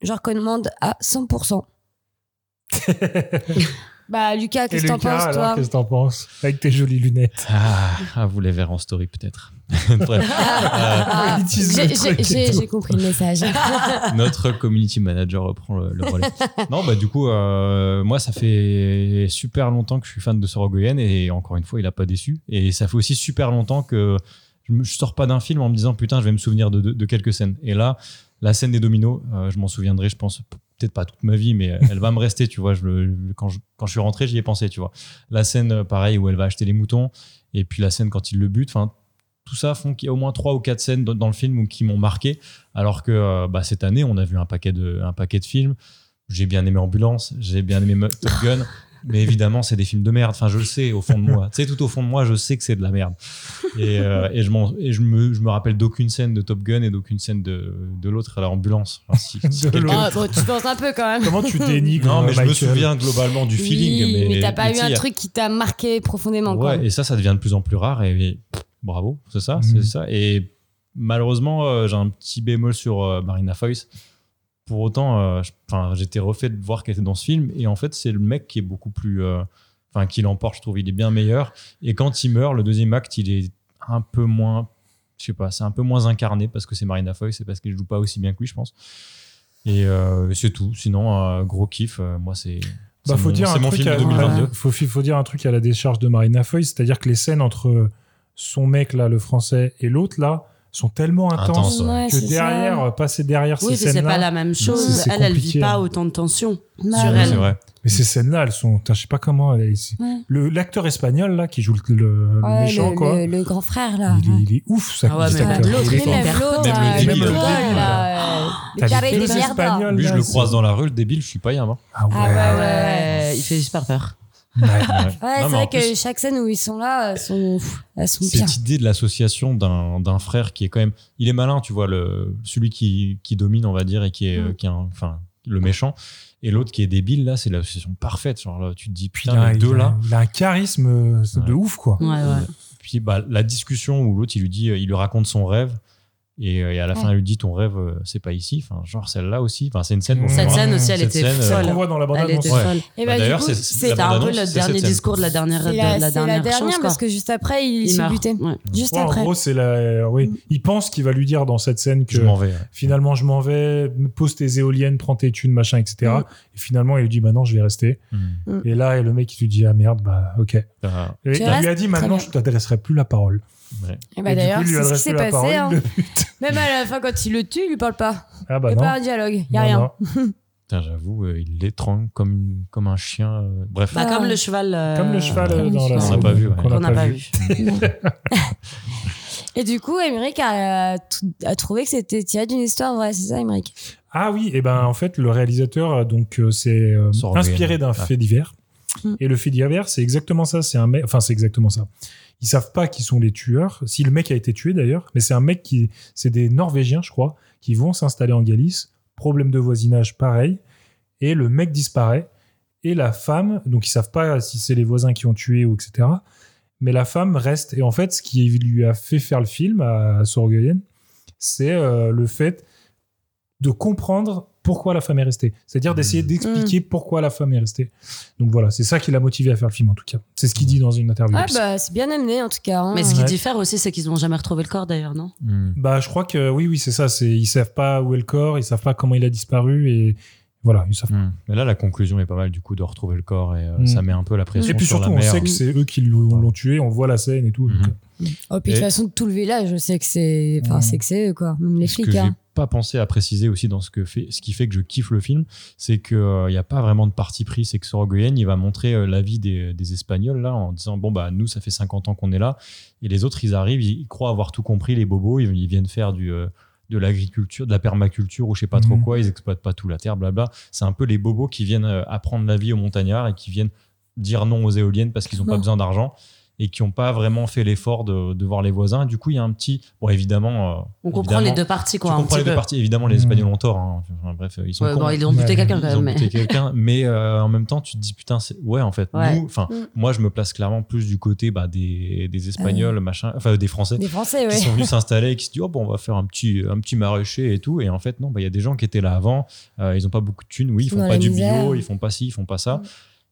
Je recommande à
<laughs>
100%. bah, Lucas,
Et
qu'est-ce que
Lucas,
t'en penses,
alors,
toi
qu'est-ce que t'en penses Avec tes jolies
<laughs>
lunettes.
Ah, ah, vous les verrez en story, peut-être. <laughs> Bref. Euh,
Ah,
Ils disent
j'ai,
le truc
j'ai-
et
j'ai-
tout.
j'ai compris le <laughs> message. Ah,
notre community manager reprend le, le relais. non, bah du coup, euh, moi, ça fait super longtemps que je suis fan de Sorogoyen et encore une fois, il a pas déçu. Et ça fait aussi super longtemps que je, me- je sors pas d'un film en me disant putain, je vais me souvenir de, de- de quelques scènes. Et là, la scène des dominos, euh, je m'en souviendrai, je pense, p- peut-être pas toute ma vie, mais euh, elle va me rester, tu vois. Je, le- quand, je, quand je suis rentré, j'y ai pensé, tu vois. La scène, euh, pareil, où elle va acheter les moutons et puis la scène quand il le bute, enfin. Tout ça font qu'il y a au moins trois ou quatre scènes dans- dans le film qui m'ont marqué. Alors que euh, bah, cette année, on a vu un paquet de, un paquet de films. J'ai bien aimé Ambulance, j'ai bien aimé Mo- Top
<laughs>
Gun, mais évidemment, c'est des films de merde. Enfin, je le sais au fond de moi. Tu sais, tout au fond de moi, je sais que c'est de la merde. Et, euh, et je, m'en- et je, me, je me rappelle d'aucune scène de Top Gun et d'aucune scène de, de l'autre, à l'ambulance. Enfin, si- si
De
quelqu'un-
l'autre.
Ah, bon, tu penses un peu quand même.
Comment tu dénigres
Non, mais
euh,
je me
Michael
souviens globalement du feeling.
Oui,
mais
mais t'as pas
mais
eu
tu sais,
un
y a-
truc qui t'a marqué profondément. quoi.
Ouais, et ça, ça devient de plus en plus rare. Et, et pff, bravo, c'est ça,
Mhm.
c'est ça. Et malheureusement, euh, j'ai un petit bémol sur euh, Marina Foïs. Pour autant, euh, je- 'fin, j'étais refait de voir qu'elle était dans ce film. Et en fait, c'est le mec qui est beaucoup plus. euh, Enfin, qui l'emporte, je trouve. Il est bien meilleur. Et quand il meurt, le deuxième acte, il est un peu moins. Je sais pas, c'est un peu moins incarné parce que c'est Marina Foïs. C'est parce qu'il joue pas aussi bien que lui, je pense. Et euh, c'est tout. Sinon, euh, gros kiff. euh, moi, c'est.
Bah, faut dire
c'est
un
mon
truc
film de
à-
2022.
ouais. Faut, faut dire un truc à la décharge de Marina Foy, c'est-à-dire que les scènes entre son mec là, le français, et l'autre là, sont tellement
Intense,
intenses
ouais.
que
Ouais, c'est
derrière, euh, passer derrière
Oui,
ces
mais c'est
scènes-là,
pas la même
c'est-
chose.
c'est
Elle, elle vit
compliqué.
hein.
pas autant de tension
Ouais,
sur
Bah, ouais,
elle.
c'est vrai. Mais ces scènes-là, elles sont. putain, Je sais pas comment. elle est-
Ouais.
le L'acteur espagnol, là, qui joue le, le- le
Ouais,
méchant,
le,
quoi.
le- le grand frère, là.
Il, est, il est ouf, ça.
Ah ouais,
cet
mais
acteur.
l'autre,
Il est
mais même
fort.
l'autre,
Même
euh,
le
même
débile,
le
là.
débile, là, euh,
T'as
le carré
vu
des
tous ces
merdes. bah,
Espagnols,
Lui, je
là,
le
c'est-
croise dans la rue, le débile, je suis pas hein.
Ah ouais,
Euh,
ouais.
Il fait super peur.
Ouais, c'est vrai que chaque scène où ils sont là, elles sont, pff, elles sont bien.
cette idée de l'association d'un d'un frère qui est quand même il est malin tu vois le celui qui, qui domine on va dire et qui est euh, qui est un- enfin le méchant et l'autre qui est débile là c'est l'association parfaite genre là, tu te dis
Il
putain
a-
les
il
deux
a-
là
Il a un charisme euh, c'est de ouf, quoi.
puis bah, la discussion où l'autre il lui dit euh, il lui raconte son rêve et, euh, et à la fin
Ouais.
il lui dit ton rêve euh, c'est pas ici enfin genre celle-là aussi enfin c'est une scène où on
Cette
voit-
scène aussi, elle
cette
était
scène, euh,
folle.
qu'on voit dans la
elle
bande-annonce.
était
Ouais.
folle.
Et bah, du
d'ailleurs
coup,
c'est
c'est
la
C'était un peu
bande-annonce,
le
c'est cette
dernier
scène.
discours de la dernière,
C'est
de
la,
la
c'est la
dernière,
dernière
chance.
parce
quoi.
que juste après, il,
Il
se
meurt,
butait.
ouais.
Juste
Ouais,
après. Mm.
En gros, c'est la. euh, oui. Il pense qu'il va lui dire dans cette scène que
Je m'en vais, ouais.
finalement je m'en vais, pose tes éoliennes, prends tes thunes, machin, etc. Et finalement, il lui dit bah non, je vais rester.
Mm.
Et là, et le mec, il lui dit ah merde, bah ok. Et
Tu
il lui
restes
a dit
Très
maintenant,
bien.
je t'adresserai plus la parole.
Et bah
Et du coup,
d'ailleurs,
il lui
c'est ce qui
adresse
s'est
plus la
passé.
parole,
hein.
il le
Même à la fin, quand il le tue, il lui parle pas.
Ah
il
bah
n'y a
non.
pas un dialogue, il n'y a
Non,
rien.
Putain, j'avoue euh, il l'étrangle comme une- comme un chien euh, bref
Bah, comme le cheval. euh,
Comme le cheval, euh, dans la
on n'a
scène
pas vu ouais.
qu'on n'a
Qu'on n'a pas vu.
Et du coup, Emmerich a, a trouvé que c'était tiré d'une histoire vraie, c'est ça, Emmerich
Ah oui, et ben en fait, le réalisateur euh, donc euh, s'est euh,
Sorghen.
inspiré d'un
Ah.
fait divers.
Mm.
Et le fait divers, c'est exactement ça. C'est un mec, enfin c'est exactement ça. Ils savent pas qui sont les tueurs. Si le mec a été tué d'ailleurs, mais c'est un mec qui, c'est des Norvégiens, je crois, qui vont s'installer en Galice. Problème de voisinage, pareil. Et le mec disparaît. Et la femme, donc ils savent pas si c'est les voisins qui ont tué ou etc. Mais la femme reste. Et en fait, ce qui lui a fait faire le film à Sorgoyen, c'est euh, le fait de comprendre pourquoi la femme est restée.
Hmm.
C'est-à-dire d'essayer d'expliquer
Hmm.
pourquoi la femme est restée. Donc voilà, c'est ça qui l'a motivé à faire le film en tout cas. C'est ce qu'il dit dans une interview.
Ah bah, c'est bien amené en tout cas. hein.
Mais ce qui
Ouais.
diffère aussi, c'est qu'ils n'ont jamais retrouvé le corps d'ailleurs, non
Hmm,
Bah je crois que oui, oui, c'est ça. C'est ils savent pas où est le corps, ils savent pas comment il a disparu et voilà, ils savent.
Mm. Mais là, la conclusion est pas mal du coup de retrouver le corps et euh,
Mm.
ça met un peu la pression
Et puis
sur
surtout,
la Mhm.
on
mère.
sait que c'est eux qui l'ont l'ont tué. On voit la scène et tout. donc,
Oh, puis de
Et-
toute façon, tout le village, c'est que c'est enfin, c'est que c'est eux, quoi. Même les
Ce que
flics.
j'ai
hein.
pas pensé à préciser aussi dans ce que fait, ce qui fait que je kiffe le film, c'est que il y a pas vraiment de parti pris. C'est que Sorogoyen, il va montrer euh, la vie des, des Espagnols là en disant bon bah nous ça fait 50 ans qu'on est là et les autres ils arrivent, ils, ils croient avoir tout compris les bobos, ils, ils viennent faire du euh, de l'agriculture, de la permaculture ou je sais pas trop
Mhm.
quoi, ils exploitent pas tout la terre, blabla. C'est un peu les bobos qui viennent euh, apprendre la vie aux montagnards et qui viennent dire non aux éoliennes parce qu'ils n'ont pas
Non.
besoin d'argent et qui n'ont pas vraiment fait l'effort de, de voir les voisins. Du coup, il y a un petit. Bon, évidemment. euh,
On comprend
évidemment,
les deux parties, quoi,
Tu
un
comprends
petit
les deux
peu.
parties. Évidemment, les Espagnols ont tort. hein. Enfin, bref, ils sont.
Ouais,
cons. hein.
bon, ils ont buté Ouais. quelqu'un, quand
<laughs> Ils ont
même,
buté
mais-
quelqu'un, mais euh, en même temps, tu te dis putain, c'est ouais, en fait,
Ouais. Hmm.
nous. Enfin,
Mm.
moi, je me place clairement plus du côté bah, des, des Espagnols, machin, enfin des Français.
Des Français, ouais.
Qui sont venus s'installer et qui se disent, oh, bon, on va faire un petit, un petit maraîcher et tout. Et en fait, non, bah, il y a des gens qui étaient là avant. euh, ils n'ont pas beaucoup de thunes. Oui, ils
Ils sont
font
dans
pas
la
du bio,
misère.
ils font pas ci, ils font pas ça.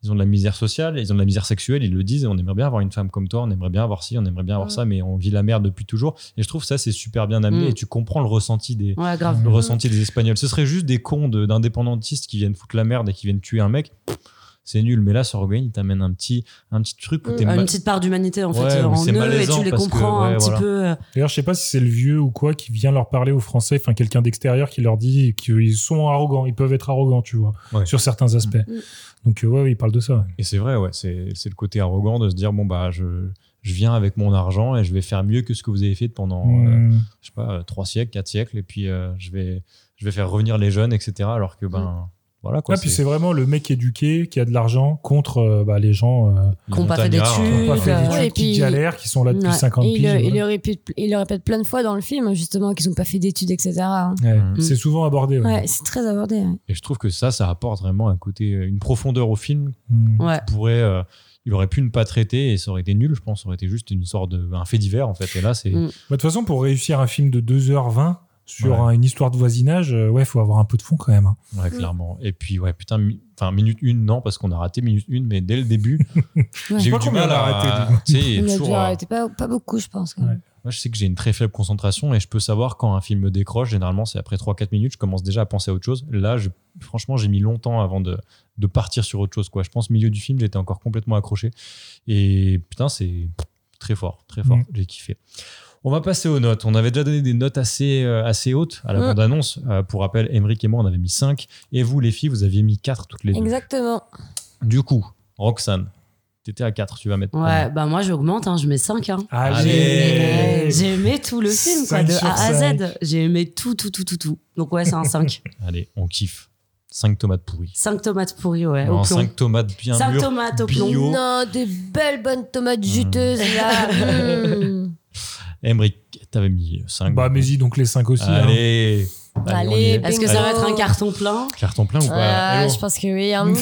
Ils ont de la misère sociale, ils ont de la misère sexuelle, ils le disent, et on aimerait bien avoir une femme comme toi, on aimerait bien avoir ci, on aimerait bien avoir ça, mais on vit la merde depuis toujours. Et je trouve ça, c'est super bien amené,
Mm.
et tu comprends le ressenti des,
Ouais, grave.
le ressenti des Espagnols. Ce serait juste des cons de- d'indépendantistes qui viennent foutre la merde et qui viennent tuer un mec. Pff, C'est nul, mais là, Sorgogne, il t'amène un petit, un petit truc où t'es
Une
mal-
petite part d'humanité, en fait,
Bah, Ouais,
euh,
mais
en
c'est
eux, et
malaisant
tu les
parce que,
comprends
ouais,
un petit
voilà.
peu. euh,
D'ailleurs, je sais pas si c'est le vieux ou quoi qui vient leur parler aux Français, enfin quelqu'un d'extérieur qui leur dit qu'ils sont arrogants, ils peuvent être arrogants, tu vois,
Ouais.
sur certains aspects.
Mm.
Donc euh, ouais, ouais, il parle de ça. ouais.
Et c'est vrai, ouais, c'est c'est le côté arrogant de se dire bon bah je, je viens avec mon argent et je vais faire mieux que ce que vous avez fait pendant
Mm.
euh, je sais pas euh, trois siècles, quatre siècles et puis euh, je vais je vais faire revenir les jeunes etc. Alors que ben voilà quoi.
Ah, puis c'est vraiment le mec éduqué qui a de l'argent contre euh, bah, les gens euh,
Les hein, Qui ont pas fait montagnards, d'études,
qui ont pas fait
euh,
d'études,
ouais, et
qui
puis-
galèrent, qui sont là depuis
Ouais.
50
Et il,
piges.
le- il
voilà.
le répète, il le répète plein de fois dans le film, justement, qu'ils n'ont pas fait d'études, etc. hein.
Ouais,
Mm.
C'est souvent abordé. ouais.
Ouais, c'est très abordé. ouais.
Et je trouve que ça, ça apporte vraiment un côté, euh, une profondeur au film.
Mm.
Ouais.
qui pourrait, euh, il aurait pu ne pas traiter et ça aurait été nul, je pense. Ça aurait été juste une sorte de, un fait divers en fait. Et là, c'est.
Mm.
Bah, De toute façon, pour réussir un film de 2h20 sur
Ouais.
un- une histoire de voisinage, euh, ouais, faut avoir un peu de fond quand même. hein.
Ouais, clairement. Et puis, ouais, putain, mi- enfin, minute une, non, parce qu'on a raté minute une, mais
<laughs>
dès le début,
Ouais.
j'ai
Je
eu
crois
du
qu'on
mal
l'a
à
raté,
<laughs> rater.
hein.
Il a dû arrêter, pas, pas beaucoup, je pense. quand même.
Moi, je sais que j'ai une très faible concentration et je peux savoir quand un film me décroche. Généralement, c'est après 3-4 minutes, je commence déjà à penser à autre chose. Là, je- franchement, j'ai mis longtemps avant de, de partir sur autre chose. Quoi. Je pense, milieu du film, j'étais encore complètement accroché. Et putain, c'est très fort, très fort.
Mhm.
J'ai kiffé. On va passer aux notes. On avait déjà donné des notes assez, euh, assez hautes à la
Mhm.
bande-annonce. Euh, pour rappel, Emmerich et moi, on avait mis 5. Et vous, les filles, vous aviez mis 4 toutes les deux.
Exactement.
Du coup, Roxane, t'étais à 4, tu vas mettre.
Ouais, bah moi j'augmente, hein, je mets 5. Hein.
Allez.
J'ai aimé tout le film, quoi,
Cinq
de
sur
A à
cinq.
Z. J'ai aimé tout, tout, tout, tout, tout. Donc ouais, c'est un
<laughs>
5.
Allez, on kiffe. 5 tomates pourries.
5 tomates pourries, ouais, au
Non,
plomb.
5 tomates bien
Cinq
mûres,
tomates au
bio.
Non, des belles bonnes tomates juteuses
<laughs>
là. Mm.
Emmerich, t'avais mis 5.
Bah, mais y donc les 5 aussi. hein.
Allez. on y
Allez,
est.
Est-ce que ça va être un carton plein
Carton plein ou pas
Ah,
Hello.
je pense que oui.
<laughs>
hein.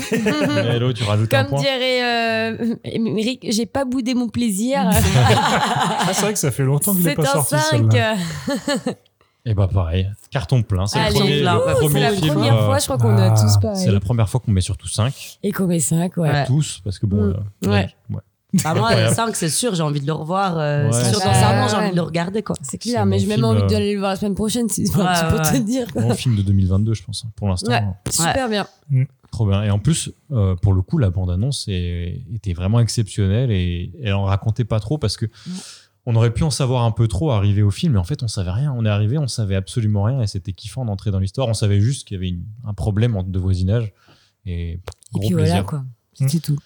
Hello, tu rajoutes un
Comme
point.
dirait euh, Émeric, j'ai pas boudé
<laughs>
mon plaisir.
Ah, c'est vrai que ça fait longtemps que je l'ai
C'est
pas
un
sorti.
5.
celle-là.
Et bah pareil, carton plein. C'est le
Allez.
premier,
Ouh,
le
c'est
premier
la
film,
première
euh,
fois, je crois qu'on a tous pareil.
C'est la première fois qu'on met surtout 5.
Et qu'on met 5, ouais.
À tous, parce que bon.
Mm.
euh, on a
Ouais.
dit, ouais.
Bah moi,
Incroyable.
5, c'est sûr, j'ai envie de le revoir. euh,
Ouais.
C'est sûr, dans
Ouais.
un an, j'ai envie de le regarder, quoi.
C'est clair, mais j'ai même
film,
envie
euh,
d'aller le voir la semaine prochaine, c'est
Ouais,
enfin, tu peux
ouais,
te
ouais.
dire. quoi.
Bon film de 2022, je pense, hein, pour l'instant.
Ouais,
hein.
super bien.
Trop bien. Et en plus, euh, pour le coup, la bande-annonce est- était vraiment exceptionnelle et elle en racontait pas trop parce que on aurait pu en savoir un peu trop arrivé au film, mais en fait, on savait rien. On est arrivé, on savait absolument rien et c'était kiffant d'entrer dans l'histoire. On savait juste qu'il y avait une- un problème en- de voisinage et
Et
gros
puis
plaisir. Hmm.
voilà, quoi. C'était tout.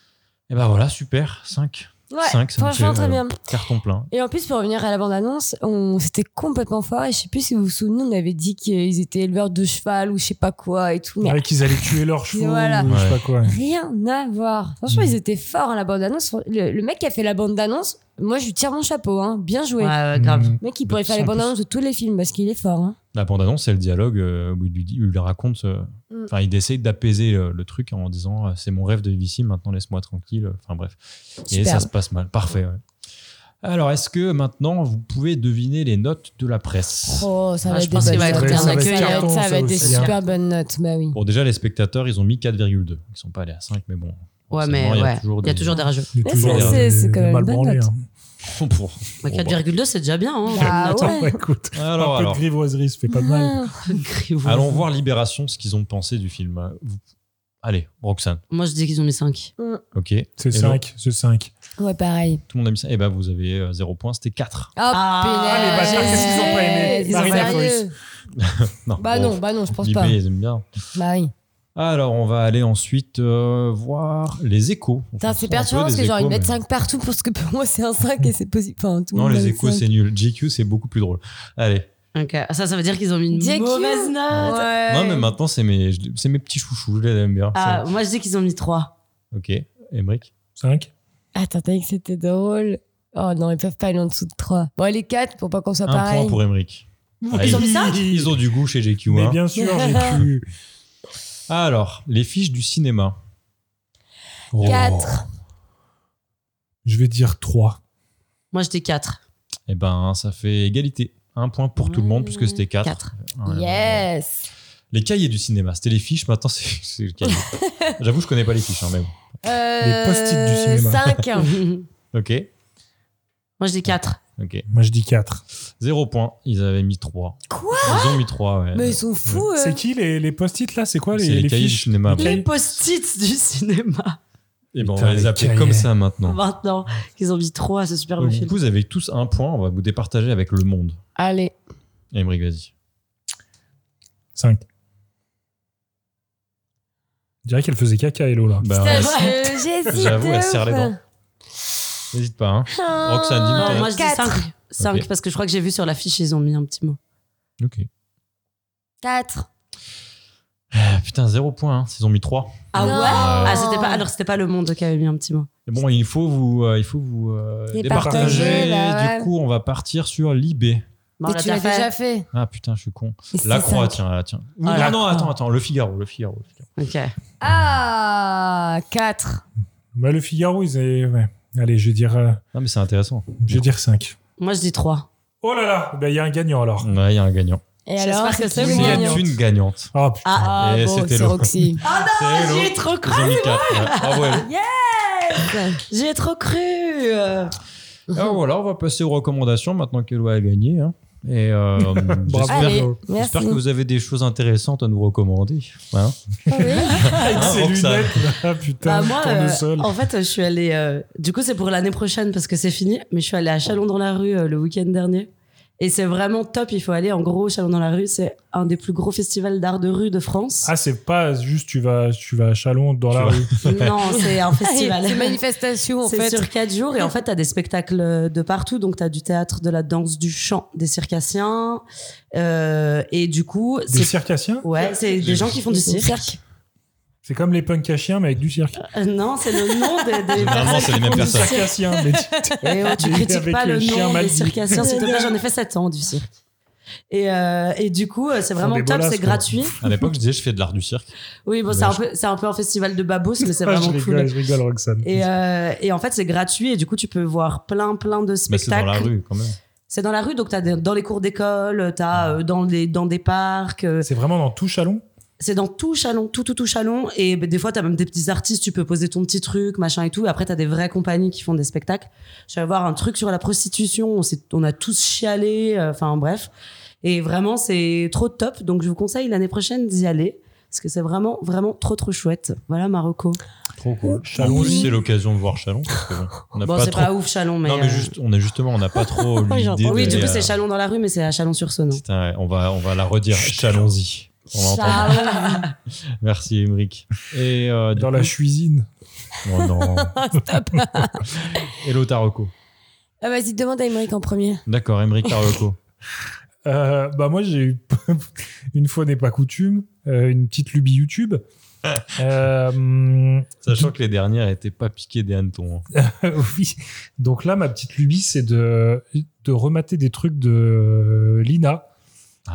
Et ben voilà, super. 5.
Ouais, franchement,
euh,
très bien.
Carton plein.
Et en plus, pour revenir à la bande-annonce, on c'était complètement fort. Et je sais plus si vous vous souvenez, on avait dit qu'ils étaient éleveurs de cheval ou je sais pas quoi et tout. Mais
Ouais, qu'ils allaient tuer leurs chevaux
Voilà.
ou je sais pas quoi.
rien à voir. Franchement,
Mm.
ils étaient forts à la bande-annonce. Le, le mec qui a fait la bande-annonce, moi, je lui tire mon chapeau. Hein. Bien joué.
Ouais,
Mmh.
ouais, grave.
Le mec, il
Bah,
pourrait
tu
faire
sens
les
en
bandes annonces de tous les films parce qu'il est fort. hein.
La bande-annonce, c'est le dialogue euh, où il lui dit- où il lui raconte. euh,
Mm.
Enfin, il essaye d'apaiser euh, le truc en disant euh, c'est mon rêve de ici, maintenant laisse-moi tranquille. euh, Enfin bref. Et
Superbe.
ça se passe mal. Parfait. ouais. Alors, est-ce que maintenant vous pouvez deviner les notes de la presse
Oh, ça
Ah,
va
je
être
pense
des
qu'il va
bonnes
être
notes.
bien
Ça va être-
accueillant,
Ça
ça
va être des
aussi, hein.
super bonnes notes. Bah oui.
Bon, déjà, les spectateurs, ils ont mis 4,2. Ils sont pas allés à 5, mais bon.
Ouais,
forcément,
mais
il y a
ouais,
toujours
il y a
des- <laughs>
toujours des rageux. Bah,
Il est
Mais
toujours
c'est-
des-
c'est- c'est
des
quand même
mal
une bonne
branlés,
note.
hein.
Bon,
<laughs>
bon,
Ouais,
bon, bah.
4,2, c'est déjà bien. Hein.
<laughs>
Bah
<laughs> Attends, bah,
ouais. Ah.
écoute,
Alors,
un peu
alors.
de grivoiserie, ça fait pas de mal.
bon. Allons voir Libération, ce qu'ils ont pensé du film. Euh, vous- Allez, Roxane.
Moi, je dis qu'ils ont mis 5.
Ok.
C'est
Hello.
5, c'est 5.
Ouais, pareil.
Tout le monde a mis ça. Eh ben, vous avez 0 points. C'était 4.
Oh,
les
punaise.
bâtards, qu'est-ce qu'ils ont
pas aimé
Ils ont
Marina
pas
Foïs.
aimé. Bah non, bah non, je pense
Libé,
pas.
ils aiment bien.
Bah oui.
Alors, on va aller ensuite euh, voir les échos. On
Putain,
s'en fout
c'est
un
perturbant
peu
parce
des
que j'ai envie de
échos,
mettre
mais-
5 partout parce que pour moi c'est un 5 et c'est possible. Enfin, tout le
Non,
monde
les
met
échos,
cinq.
c'est nul. GQ, c'est beaucoup plus drôle. Allez.
Ok, Ah, ça, ça veut dire qu'ils ont mis une
GQ.
mauvaise note.
Ouais.
Non, mais maintenant, c'est mes, je- c'est mes petits chouchous. Je les aime bien.
Ah, moi, je dis qu'ils ont mis 3.
C'est- Ok. Emmerich
5
Attends, t'as dit que c'était drôle. Oh non, ils peuvent pas aller en dessous de 3. Bon, les 4 pour pas qu'on soit
Un
pareil.
point pour Emmerich. Ah,
Ils ont mis 5
Ils ont du goût chez GQ.
Mais
hein.
bien sûr, j'ai
<laughs>
pu.
Alors, les fiches du cinéma.
Oh. 4.
Je vais dire 3.
Moi, je dis 4.
Eh ben, ça fait égalité. Un point pour tout le monde, puisque c'était 4.
Quatre.
hein,
yes.
Les cahiers du cinéma, c'était les fiches, maintenant c'est c'est le
<laughs>
cahier. J'avoue, je connais pas les fiches, hein, mais bon.
Euh,
post-it du cinéma.
5.
Oh. <laughs>
<laughs>
moi,
Ok,
je dis 4.
ok.
Moi, je dis 4.
Zéro point, ils avaient mis 3.
Quoi
Ils ont mis 3, Euh, ouais.
mais ils sont fous, eux.
C'est qui les, les post-it là C'est quoi
C'est
les,
les,
les
cahiers du
fiches
cinéma.
Les
Les post-it du cinéma, <laughs>
Et ben, on
Putain,
va les
les
appeler
cahiers.
comme ça maintenant.
maintenant, qu'ils ont mis 3, c'est super le
Donc, du
film.
coup, vous avez tous un point, on va vous départager avec le monde.
Allez.
Emery, vas-y.
5. Je dirais qu'elle faisait caca, Hello là.
Bah, <laughs>
Putain,
ouais,
je- J'hésite.
J'avoue, elle serre les
ouf.
dents. n'hésite pas, hein.
Ah,
Roxane, dis-moi.
Non, moi, je dis
Quatre.
5. 5,
Ok.
parce que je crois que j'ai vu sur l'affiche, ils ont mis un petit mot.
Ok.
4.
Ah, putain, zéro point, hein. ils ont mis 3.
Ah
Non.
ouais Ah, c'était pas, alors, c'était pas le monde qui avait mis un petit mot.
Et bon, il faut vous, euh, il faut vous euh,
Les
départager.
partager, là,
Du
ouais.
coup, on va partir sur l'IB.
Bon, on
Mais
l'a
tu l'as
déjà fait.
déjà fait.
Ah putain, je suis con.
Et
La
c'est
Croix,
cinq.
tiens, là, tiens.
Ah,
non,
La
non,
Croix.
attends, attends, Le Figaro, Le Figaro. Le Figaro.
Ok.
Ah, 4.
Bah, le Figaro, ils avaient. Ouais. Allez, je vais dire, euh,
Non, mais c'est intéressant.
je vais dire 5.
Moi, je dis 3.
Oh là là Bah, il y a un gagnant alors.
Ouais, il y a un gagnant.
Et
J'espère
alors,
que c'est
qui
bon.
le
Il y
gagnant
a une gagnante.
Ah, putain.
Ah,
Et
bon,
c'était
c'est
l'eau. <laughs>
Roxy.
Ah,
C'est Hello.
j'y ai trop cru
Ah,
<laughs>
Ils ont mis quatre, ouais. Bravo, Hello.
J'y ai trop cru euh.
Alors Ah, voilà, on va passer aux recommandations maintenant qu'Eloi a gagné. hein. Et
<laughs>
euh, j'espère-
Allez, merci.
j'espère que vous avez des choses intéressantes à nous recommander. hein.
Ah
<laughs>
Avec
Hein,
ses
Roxane.
lunettes, là, putain,
Bah, moi,
tourne
euh,
seul.
en fait, je suis allée. euh, du coup, c'est pour l'année prochaine parce que c'est fini. Mais je suis allée à Chalon dans la rue euh, le week-end dernier. Et c'est vraiment top. Il faut aller. En gros, Chalon dans la rue, c'est un des plus gros festivals d'art de rue de France.
Ah, c'est pas juste tu vas, tu vas à Chalon dans la rue.
Non, c'est
<laughs>
un festival.
Ah, C'est une manifestation, en fait.
C'est sur quatre jours et en fait, t'as des spectacles euh, de partout. Donc, t'as du théâtre, de la danse, du chant, des circassiens. Euh, et du coup.
Des
c'est-
circassiens
Ouais, c'est des gens qui font du cirque.
C'est comme les punks à chiens, mais avec du cirque.
Euh, non, c'est le nom des. des
Généralement, c'est les mêmes
qui font du
personnes.
cirque.
Circassiens,
<laughs>
mais tu-
Et oh, tu
mais
critiques
avec
pas
le
le
chien
nom des
mal dit.
circassiens, s'il te plaît. J'en ai fait 7 ans du cirque. Et, euh, et du coup, euh,
Ils font
c'est vraiment
des
top,
bolas,
c'est
quoi.
gratuit.
À l'époque, je disais, je fais de l'art du cirque.
Oui, bon, c'est un, peu, c'est un peu un festival de babos, mais c'est
Ah, je
vraiment
rigole,
cool.
je rigole, Roxane.
Et, euh, et en fait, c'est gratuit et du coup, tu peux voir plein, plein
Mais
de
Bah, c'est dans
spectacles.
la rue quand même.
C'est dans la rue, donc t'as des- dans les cours d'école, t'as euh, dans des dans des parcs. euh,
C'est vraiment dans tout Chalon.
C'est dans tout Chalon, tout tout tout Chalon, et ben, des fois t'as même des petits artistes, tu peux poser ton petit truc, machin et tout. Après t'as des vraies compagnies qui font des spectacles. Je vais voir un truc sur la prostitution, on, s'est- on a tous chialé, euh, enfin bref. Et vraiment c'est trop top, donc je vous conseille l'année prochaine d'y aller parce que c'est vraiment vraiment trop trop chouette. Voilà Marocco.
Trop cool.
Chalon,
En plus,
oui.
c'est l'occasion de voir Chalon. parce que bon, on n'a
Bon, c'est pas ouf, Chalon, mais,
Non, mais
euh,
juste, euh, on a justement, on n'a pas trop l'idée.
<laughs> oui, du
d'aller
coup
à-
c'est Chalon dans la rue, mais c'est à Chalon-sur-Saône. hein.
Putain, ouais, on va, on va la redire. Chalons-y. On va entendre. Merci, Émeric. Et euh, du
Dans la
coup-
cuisine.
Oh non.
Stop.
Hello Taroko.
Ah, Vas-y, demande à Aymeric en premier.
D'accord, Émeric Taroko.
Euh, bah moi j'ai eu <laughs> une fois n'est pas coutume euh, une petite lubie YouTube. Euh,
Sachant que les dernières n'étaient pas piquées des hannetons. hein.
<laughs> oui. Donc là ma petite lubie c'est de de remater des trucs de euh, Lina.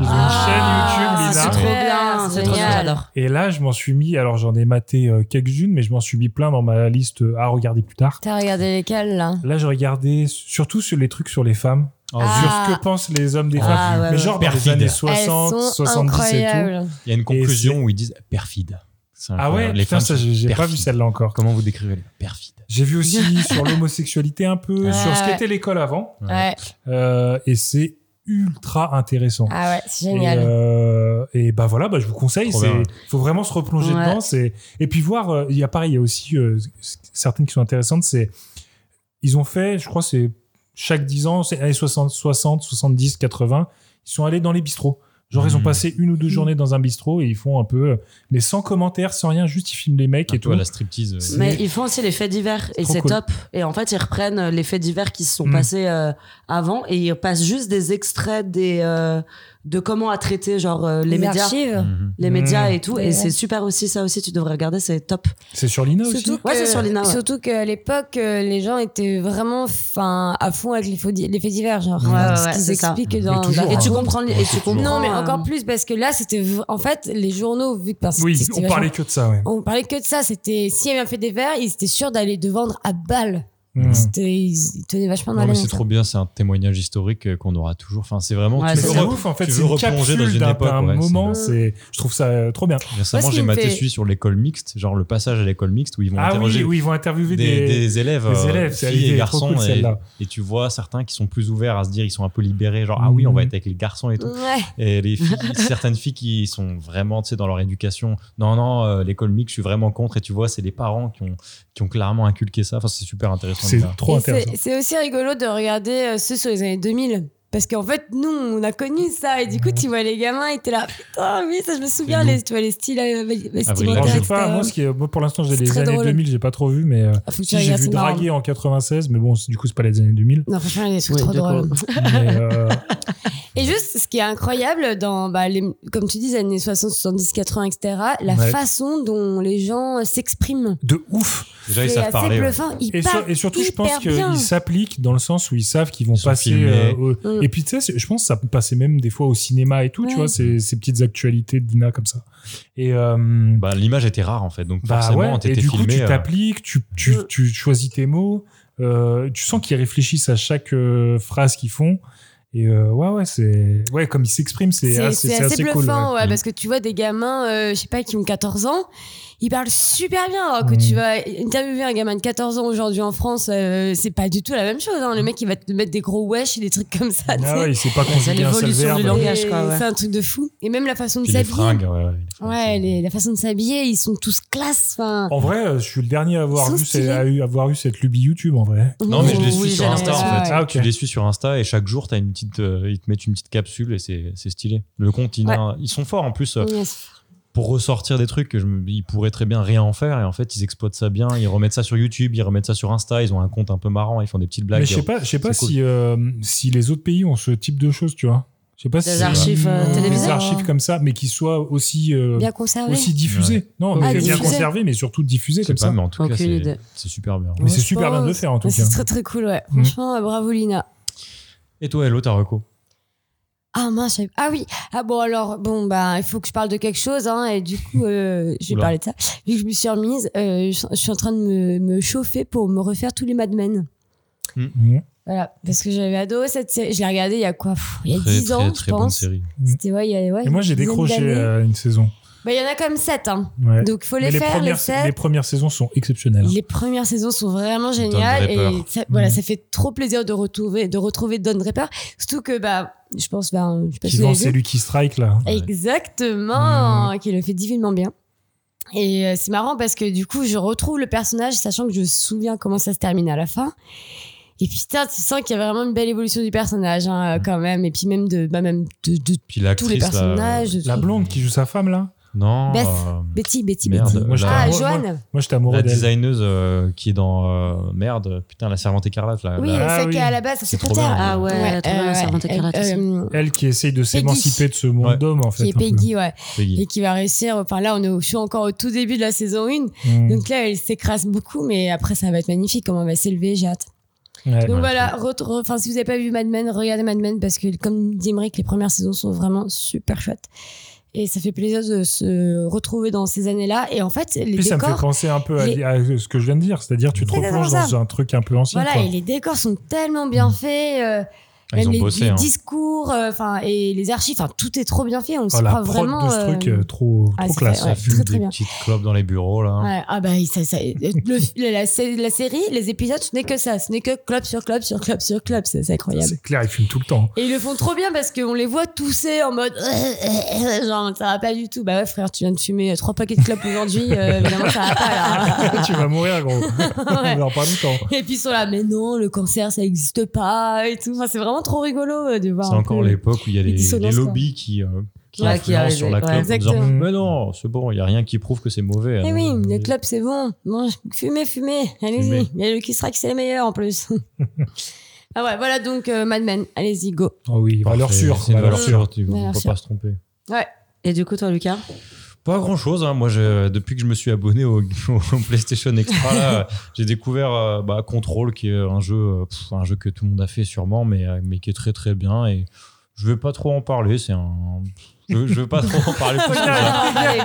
Ils ont
Ah,
Ah,
une chaîne YouTube Lina.
c'est trop bien, c'est trop bien, j'adore.
Et là, je m'en suis mis, alors j'en ai maté euh, quelques-unes, mais je m'en suis mis plein dans ma liste euh, à regarder plus tard.
T'as regardé lesquels là
Là, je regardais surtout sur les trucs sur les femmes,
Ah.
sur ce que pensent les hommes des
Ah,
femmes,
ouais,
mais
ouais.
genre dans les
Perfide.
années
Elles
60,
sont
70 et
incroyables.
tout.
Il y a une conclusion où ils disent perfide. C'est
Ah
incroyable.
ouais,
Euh, les
putain,
femmes
ça,
sont
j'ai j'ai pas
perfides.
vu celle-là encore.
Comment vous décrivez les perfides
J'ai
<laughs>
vu aussi sur l'homosexualité un peu,
Ouais,
sur ce
ouais.
qu'était l'école avant.
Ouais.
Euh, et c'est ultra intéressant.
Ah ouais, c'est génial.
Et, euh, et bah voilà, bah je vous conseille.
Trop
c'est-
bien.
faut vraiment se replonger
Ouais.
dedans. c'est- Et puis voir, euh, il y a pareil, il y a aussi euh, c- certaines qui sont intéressantes. C'est ils ont fait, je crois, c'est chaque 10 ans, c'est années 60, 60, 70, 80, ils sont allés dans les bistrots. Genre, ils ont
Mhm.
passé une ou deux journées dans un bistrot et ils font un peu, euh, mais sans commentaire, sans rien, juste ils filment les mecs et tout.
à la striptease. euh,
C'est-
Mais ils font aussi les faits divers et
Trop
c'est
cool.
top. Et en fait, ils reprennent euh, les faits divers qui se sont
Mm.
passés euh, avant et ils passent juste des extraits des euh, de comment à traiter genre euh, les,
Les
médias,
archives. Mhm.
les médias
Mm.
et tout.
Ouais.
Et c'est super aussi ça aussi. Tu devrais regarder, c'est top.
C'est sur Lina aussi.
Surtout
Ouais,
que-
c'est sur Lina, ouais.
Surtout qu'à l'époque, euh, les gens étaient vraiment enfin, à fond avec les, faux di- les faits divers. Genre,
Ouais, ouais,
ce
ouais,
qu'ils
c'est ça.
expliquent
Mais
dans.
toujours,
dans-
Et tu hein. comprends les- et Ouais, tu c'est toujours. comprends,
Non, mais
euh,
encore plus, parce que là, c'était. v- En fait, les journaux, vu que. parce que
Oui,
c'était
on parlait
vachement-
que de ça, ouais.
On parlait que de ça. C'était. S'il y avait un fait divers, ils étaient sûrs d'aller de vendre à balles.
Mmh.
Mhm.
C'était- Ils ils tenaient vachement dans
Non,
la
mais c'est trop bien, c'est un témoignage historique euh, qu'on aura toujours. Enfin, c'est vraiment.
Mais
tu veux
c'est
re-
ouf, en fait,
tu
c'est
veux
une
replonger dans
capsule
une
d'un
époque,
d'un
ouais, c'est-
moment. C'est, je trouve ça euh, trop bien.
Récemment, j'ai maté celui sur l'école mixte, genre le passage à l'école mixte où ils vont
Ah oui,
interroger
où ils vont interviewer des-
des élèves,
des
euh,
élèves, c'est- elle
filles
était
et
trop
garçons,
cool,
et,
celle-là.
et tu vois certains qui sont plus ouverts à se dire, ils sont un peu libérés, genre ah oui, on va être avec les garçons et tout.
Ouais.
Et les filles, <laughs> certaines filles qui sont vraiment, tu sais, dans leur éducation, non non, euh, l'école mixte, je suis vraiment contre. Et tu vois, c'est les parents qui ont qui ont clairement inculqué ça. Enfin, c'est super intéressant.
C'est
de voir.
trop
Et c'est- C'est aussi rigolo de regarder euh, ceux sur les années 2000. Parce qu'en fait, nous, on a connu ça. Et du
Hmm.
coup, tu vois les gamins, ils étaient là. Putain, oui, ça, je me souviens.
nous.
Les, tu vois les styles, euh, les styles
Alors,
modernes,
j'ai pas,
etc.
moi, ce qui est- moi, pour l'instant, j'ai
C'est
les
très
années
drôle.
2000, j'ai pas trop vu, mais euh,
faut que tu
si, j'ai
regardes,
vu
c'est marrant.
hein.
Draguer en 96, mais bon, c'est- du coup, c'est pas les années
<laughs>
2000.
Non, franchement, il est
Oui,
trop drôle.
d'accord. Mais, euh,
Et juste, ce qui est incroyable dans, bah, les, comme tu dis, les années 60, 70, 80, etc., la
Ouais.
façon dont les gens euh, s'expriment.
de ouf.
Déjà,
ils C'est savent assez parler, ouais. bluffant, ils
Et, sur-
parlent
et surtout, je pense
hyper bien.
qu'ils s'appliquent dans le sens où ils savent qu'ils vont passer.
filmés.
euh, au-
Mm.
Et puis, tu sais, c'est- je pense que ça peut passer même des fois au cinéma et tout, tu
Ouais.
vois, ces, ces petites actualités de Dina comme ça. Et euh,
Bah, l'image était rare en fait, donc
Bah
forcément,
ouais,
t'étais
et du coup,
filmé.
tu
euh,
t'appliques, tu, tu,
Mm.
tu choisis tes mots, euh, tu sens qu'ils réfléchissent à chaque euh, phrase qu'ils font. Et euh, ouais, ouais, c'est. Ouais, comme ils s'expriment, c'est
C'est
assez,
c'est
c'est
assez
assez cool,
bluffant,
ouais.
ouais, parce que tu vois des gamins, euh, je sais pas, qui ont 14 ans il parle super bien. Alors
Mm.
que tu vas interviewer un gamin de 14 ans aujourd'hui en France, euh, c'est pas du tout la même chose. hein. Le mec, il va te mettre des gros wesh et des trucs comme <laughs> ça. tu sais.
Mm. Ah ouais, il sait pas conjuguer C'est un seul l'évolution du verbe. langage, quoi,
Et
ouais.
C'est un truc de fou. Et même la façon de
Puis les
s'habiller.
fringues, ouais, ouais.
Ouais, les- la façon de s'habiller, ils sont tous classe. Enfin,
En vrai, euh, je suis le dernier à avoir,
Ils
vu,
sont
ces- à eu- avoir eu cette lubie YouTube, en vrai. Ah,
Non, mais je les suis
Oui,
sur
j'allais
Insta,
dire
en fait.
ça, ouais.
Tu les suis sur Insta et chaque jour, as une petite, euh, ils te mettent une petite capsule et c'est c'est stylé. Le continent,
Ouais. Mm.
ils sont forts en plus. euh,
Yes.
Pour ressortir des trucs, que je me- ils pourraient très bien rien en faire et en fait, ils exploitent ça bien. Ils remettent ça sur YouTube, ils remettent ça sur Insta, ils ont un compte un peu marrant, ils font des petites blagues.
Mais je sais
et-
pas, je sais pas
hein. c'est cool.
si, euh, si les autres pays ont ce type de choses, tu vois. Je sais pas
Des
si
archives, euh,
Des
télévisées.
archives comme ça, mais qui soient aussi, euh,
Bien conservées.
aussi diffusées.
Ah Ouais.
Non,
Ah,
mais bien
diffusées.
conservées, mais surtout diffusées comme
pas,
ça.
mais en tout cas,
Aucune idée.
c'est c'est super bien.
Mais c'est super bien de le faire, en tout
c'est
cas.
très très cool, ouais.
Mm.
Franchement, euh, bravo Lina.
Et toi, Hello, t'as reco
Ah mince, j'avais- ah oui. Ah bon alors, bon bah, il faut que je parle de quelque chose, hein, et du coup, euh, je vais
Oula.
parler de ça. Vu que je me suis remise, euh, je, je suis en train de me, me chauffer pour me refaire tous les Mad Men.
Mmh.
Voilà, parce que j'avais adoré cette série. Je l'ai regardée il y a quoi pff, Il y a
Très,
10
très,
ans,
très
je
bonne
pense.
série.
C'était ouais, il y a ouais,
Et moi, j'ai
Ah, une dizaine
décroché
d'années.
euh, une saison.
Bah, il y en a comme 7 hein.
Ouais.
Donc faut les
Mais
faire les
premières,
7.
les premières saisons sont exceptionnelles.
Les premières saisons sont vraiment
Don
géniales et
Draper.
ça, voilà,
Mhm.
ça fait trop plaisir de retrouver, de retrouver Don Draper. Surtout que, bah, je pense, bah, je sais pas
Qui
si vous
vend
avez vu.
c'est Lucky Strike, là.
Exactement, qui le fait divinement bien. Et euh, c'est marrant parce que du coup, je retrouve le personnage, sachant que je me souviens comment ça se termine à la fin. Et putain, tu sens qu'il y a vraiment une belle évolution du personnage, hein, quand même. Et puis même de, bah, même de, de
Puis
tous les
l'actrice, là.
personnages. de
La
tout.
blonde qui joue sa femme, là
Non.
Beth,
euh,
Betty, Betty,
Merde,
Betty.
moi, j'étais
ah,
amoureux-
Joanne.
Moi, j'étais amoureux
La
d'elle.
designeuse euh, qui est dans euh, merde, putain, la servante écarlate là.
Oui,
la-
celle qui est à la base, sa
C'est trop
secrétaire.
bien.
Ah ouais, Ouais, trop bien, la euh, servante écarlate euh, aussi. euh,
Elle qui essaye de s'émanciper de ce monde d'hommes, en fait.
qui est
un peu.
Peggy, ouais.
Peggy.
Et qui va réussir. Enfin, là, on est, au- je suis encore au tout début de la saison 1.
Mm.
Donc là, elle s'écrase beaucoup, mais après, ça va être magnifique. Comment elle va s'élever, j'ai hâte.
Ouais.
Donc
Ouais.
voilà, re- re- enfin, si vous n'avez pas vu Mad Men, regardez Mad Men parce que, comme dit Emmerich, les premières saisons sont vraiment super chouettes. Et ça fait plaisir de se retrouver dans ces années-là. Et en fait, les
Puis ça me
décors.
fait penser un peu à,
les-
à ce que je viens de dire, c'est-à-dire tu te
C'est
replonges
exactement
dans
ça.
un truc un peu ancien.
Voilà,
quoi.
et les décors sont tellement bien faits. euh,
Ah, ils
même
ont
les,
bossé,
les
hein.
discours, euh, enfin, et les archives, enfin, tout est trop bien fait. On
Oh,
se
la
croit
prod
vraiment.
de ce truc,
euh,
euh, trop-
ah,
trop
ça
classe.
fait-
Ça
ouais,
fume
très, très
des
bien.
petites clopes dans les bureaux là.
Ouais, ah bah ça, ça- le- la, sé- la série, les épisodes, ce n'est que ça, ce n'est que club sur club sur club sur club, c'est c'est incroyable.
C'est clair, ils fument tout le
<laughs>
temps. <laughs>
Et ils le font trop bien parce qu'on les voit tousser en mode <laughs> genre ça va pas du tout. Bah ouais frère, tu viens de fumer trois paquets de clopes aujourd'hui, euh, évidemment ça va pas là.
<laughs>
tu vas mourir, gros.
<laughs> Ouais.
On en parle longtemps.
Et puis ils sont là, mais non, le cancer ça existe pas et tout. Enfin, c'est vraiment trop rigolo euh, de voir.
C'est
un
encore
peu-
l'époque où il y a
les
les, les
dissonances,
lobbies qui, euh, qui
Ouais, qui
influencent sur la
arrivent, ouais.
clope en disant
Exactement.
Mais non, c'est bon, il n'y a rien qui prouve que c'est mauvais.
Eh
Ah,
oui,
non.
les clubs c'est bon. Bon, fumez, fumez, allez-y.
Fumez.
Il y a le qui sera que c'est les meilleurs en
<laughs>
plus. ah ouais, voilà donc euh, Mad Men, allez-y go.
Ah oui,
Parfait,
valeur sûre.
C'est une valeur sûre, tu-
Valeur
on peut
sûre.
pas se tromper.
Ouais.
Et du coup, toi, Lucas
Pas grand chose, moi je- depuis que je me suis abonné au, <laughs> au PlayStation Extra, là, j'ai découvert euh, bah, Control qui est un jeu, euh, pff, un jeu que tout le monde a fait sûrement, mais, euh, mais qui est très très bien et je vais pas trop en parler, c'est un... Je, je veux pas trop en parler. plus que ça.
<laughs>
Là,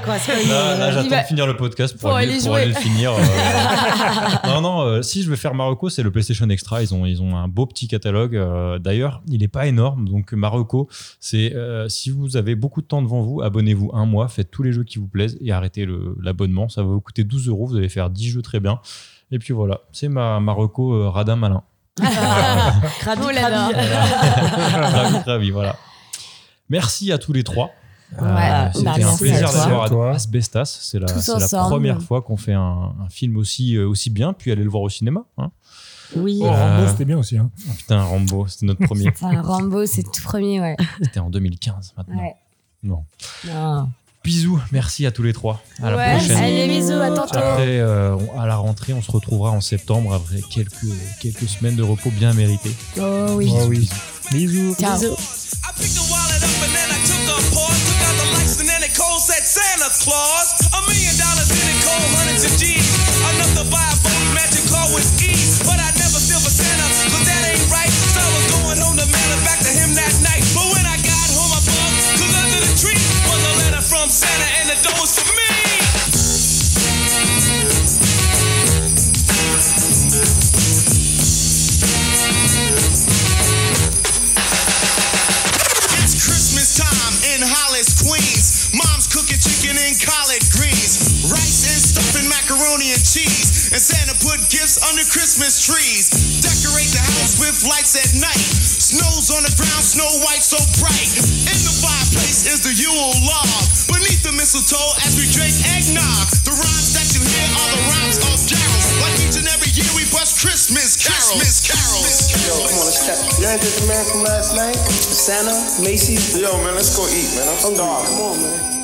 là, j'attends de finir le podcast pour,
Pour
aller,
aller
pour
jouer.
aller le finir. euh, <laughs> non, non, euh, si je vais faire Marocco, c'est le PlayStation Extra. Ils ont, ils ont un beau petit catalogue. euh, D'ailleurs, il n'est pas énorme. Donc, Marocco, c'est euh, si vous avez beaucoup de temps devant vous, abonnez-vous un mois, faites tous les jeux qui vous plaisent et arrêtez le- l'abonnement. Ça va vous coûter 12 euros. Vous allez faire 10 jeux très bien. Et puis voilà, c'est ma Marocco euh, radin malin.
Crabi, crabi.
<laughs>
Ah. <laughs>
ravi, ravi, voilà. Merci à tous les trois. Euh, C'était
bah,
un
merci
plaisir
à toi.
d'avoir
Merci à toi.
Asbestas. C'est la,
Tous
c'est la
ensemble.
première fois qu'on fait un, un film aussi, euh, aussi bien, puis aller le voir au cinéma. hein.
Oui.
Oh,
Euh,
Rambo, c'était bien aussi. Hein.
Putain, Rambo, c'était notre
<laughs>
premier.
Enfin, Rambo, c'est tout premier, ouais.
c'était en 2015 maintenant.
Ouais.
Non.
Non.
Bisous, merci à tous les trois. À
Ouais,
la prochaine.
allez, bisous, à tantôt.
Après, euh, on- à la rentrée, on se retrouvera en septembre après quelques, quelques semaines de repos bien méritées.
Oh oui.
Bisous, bisous.
Bisous.
Ciao.
Lights and then it cold said Santa Claus. A million dollars in it, cold hundreds of G's. Enough to buy a boat, magic car with skis. But I never feel for Santa, cause that ain't right. So I was going home to mail it back to him that night. But when I got home, I bugged, cause under the tree was a letter from Santa and the door was for me. It's Christmas time in Hollis, Queens. Mom's cooking chicken and collard greens. Rice and and cheese. And Santa put gifts under Christmas trees. Decorate the house with lights at night. Snow's on the ground, snow white so bright. In the fireplace is the Yule log. Beneath the mistletoe as we drink eggnog. The rhymes that you hear are the rhymes of carols. Like each and every year we bust Christmas carols. Christmas carols.
Come on, let's step. You ain't this American last night? Santa, Macy's. Yo, man, let's go eat, man. I'm starving. Come on, man.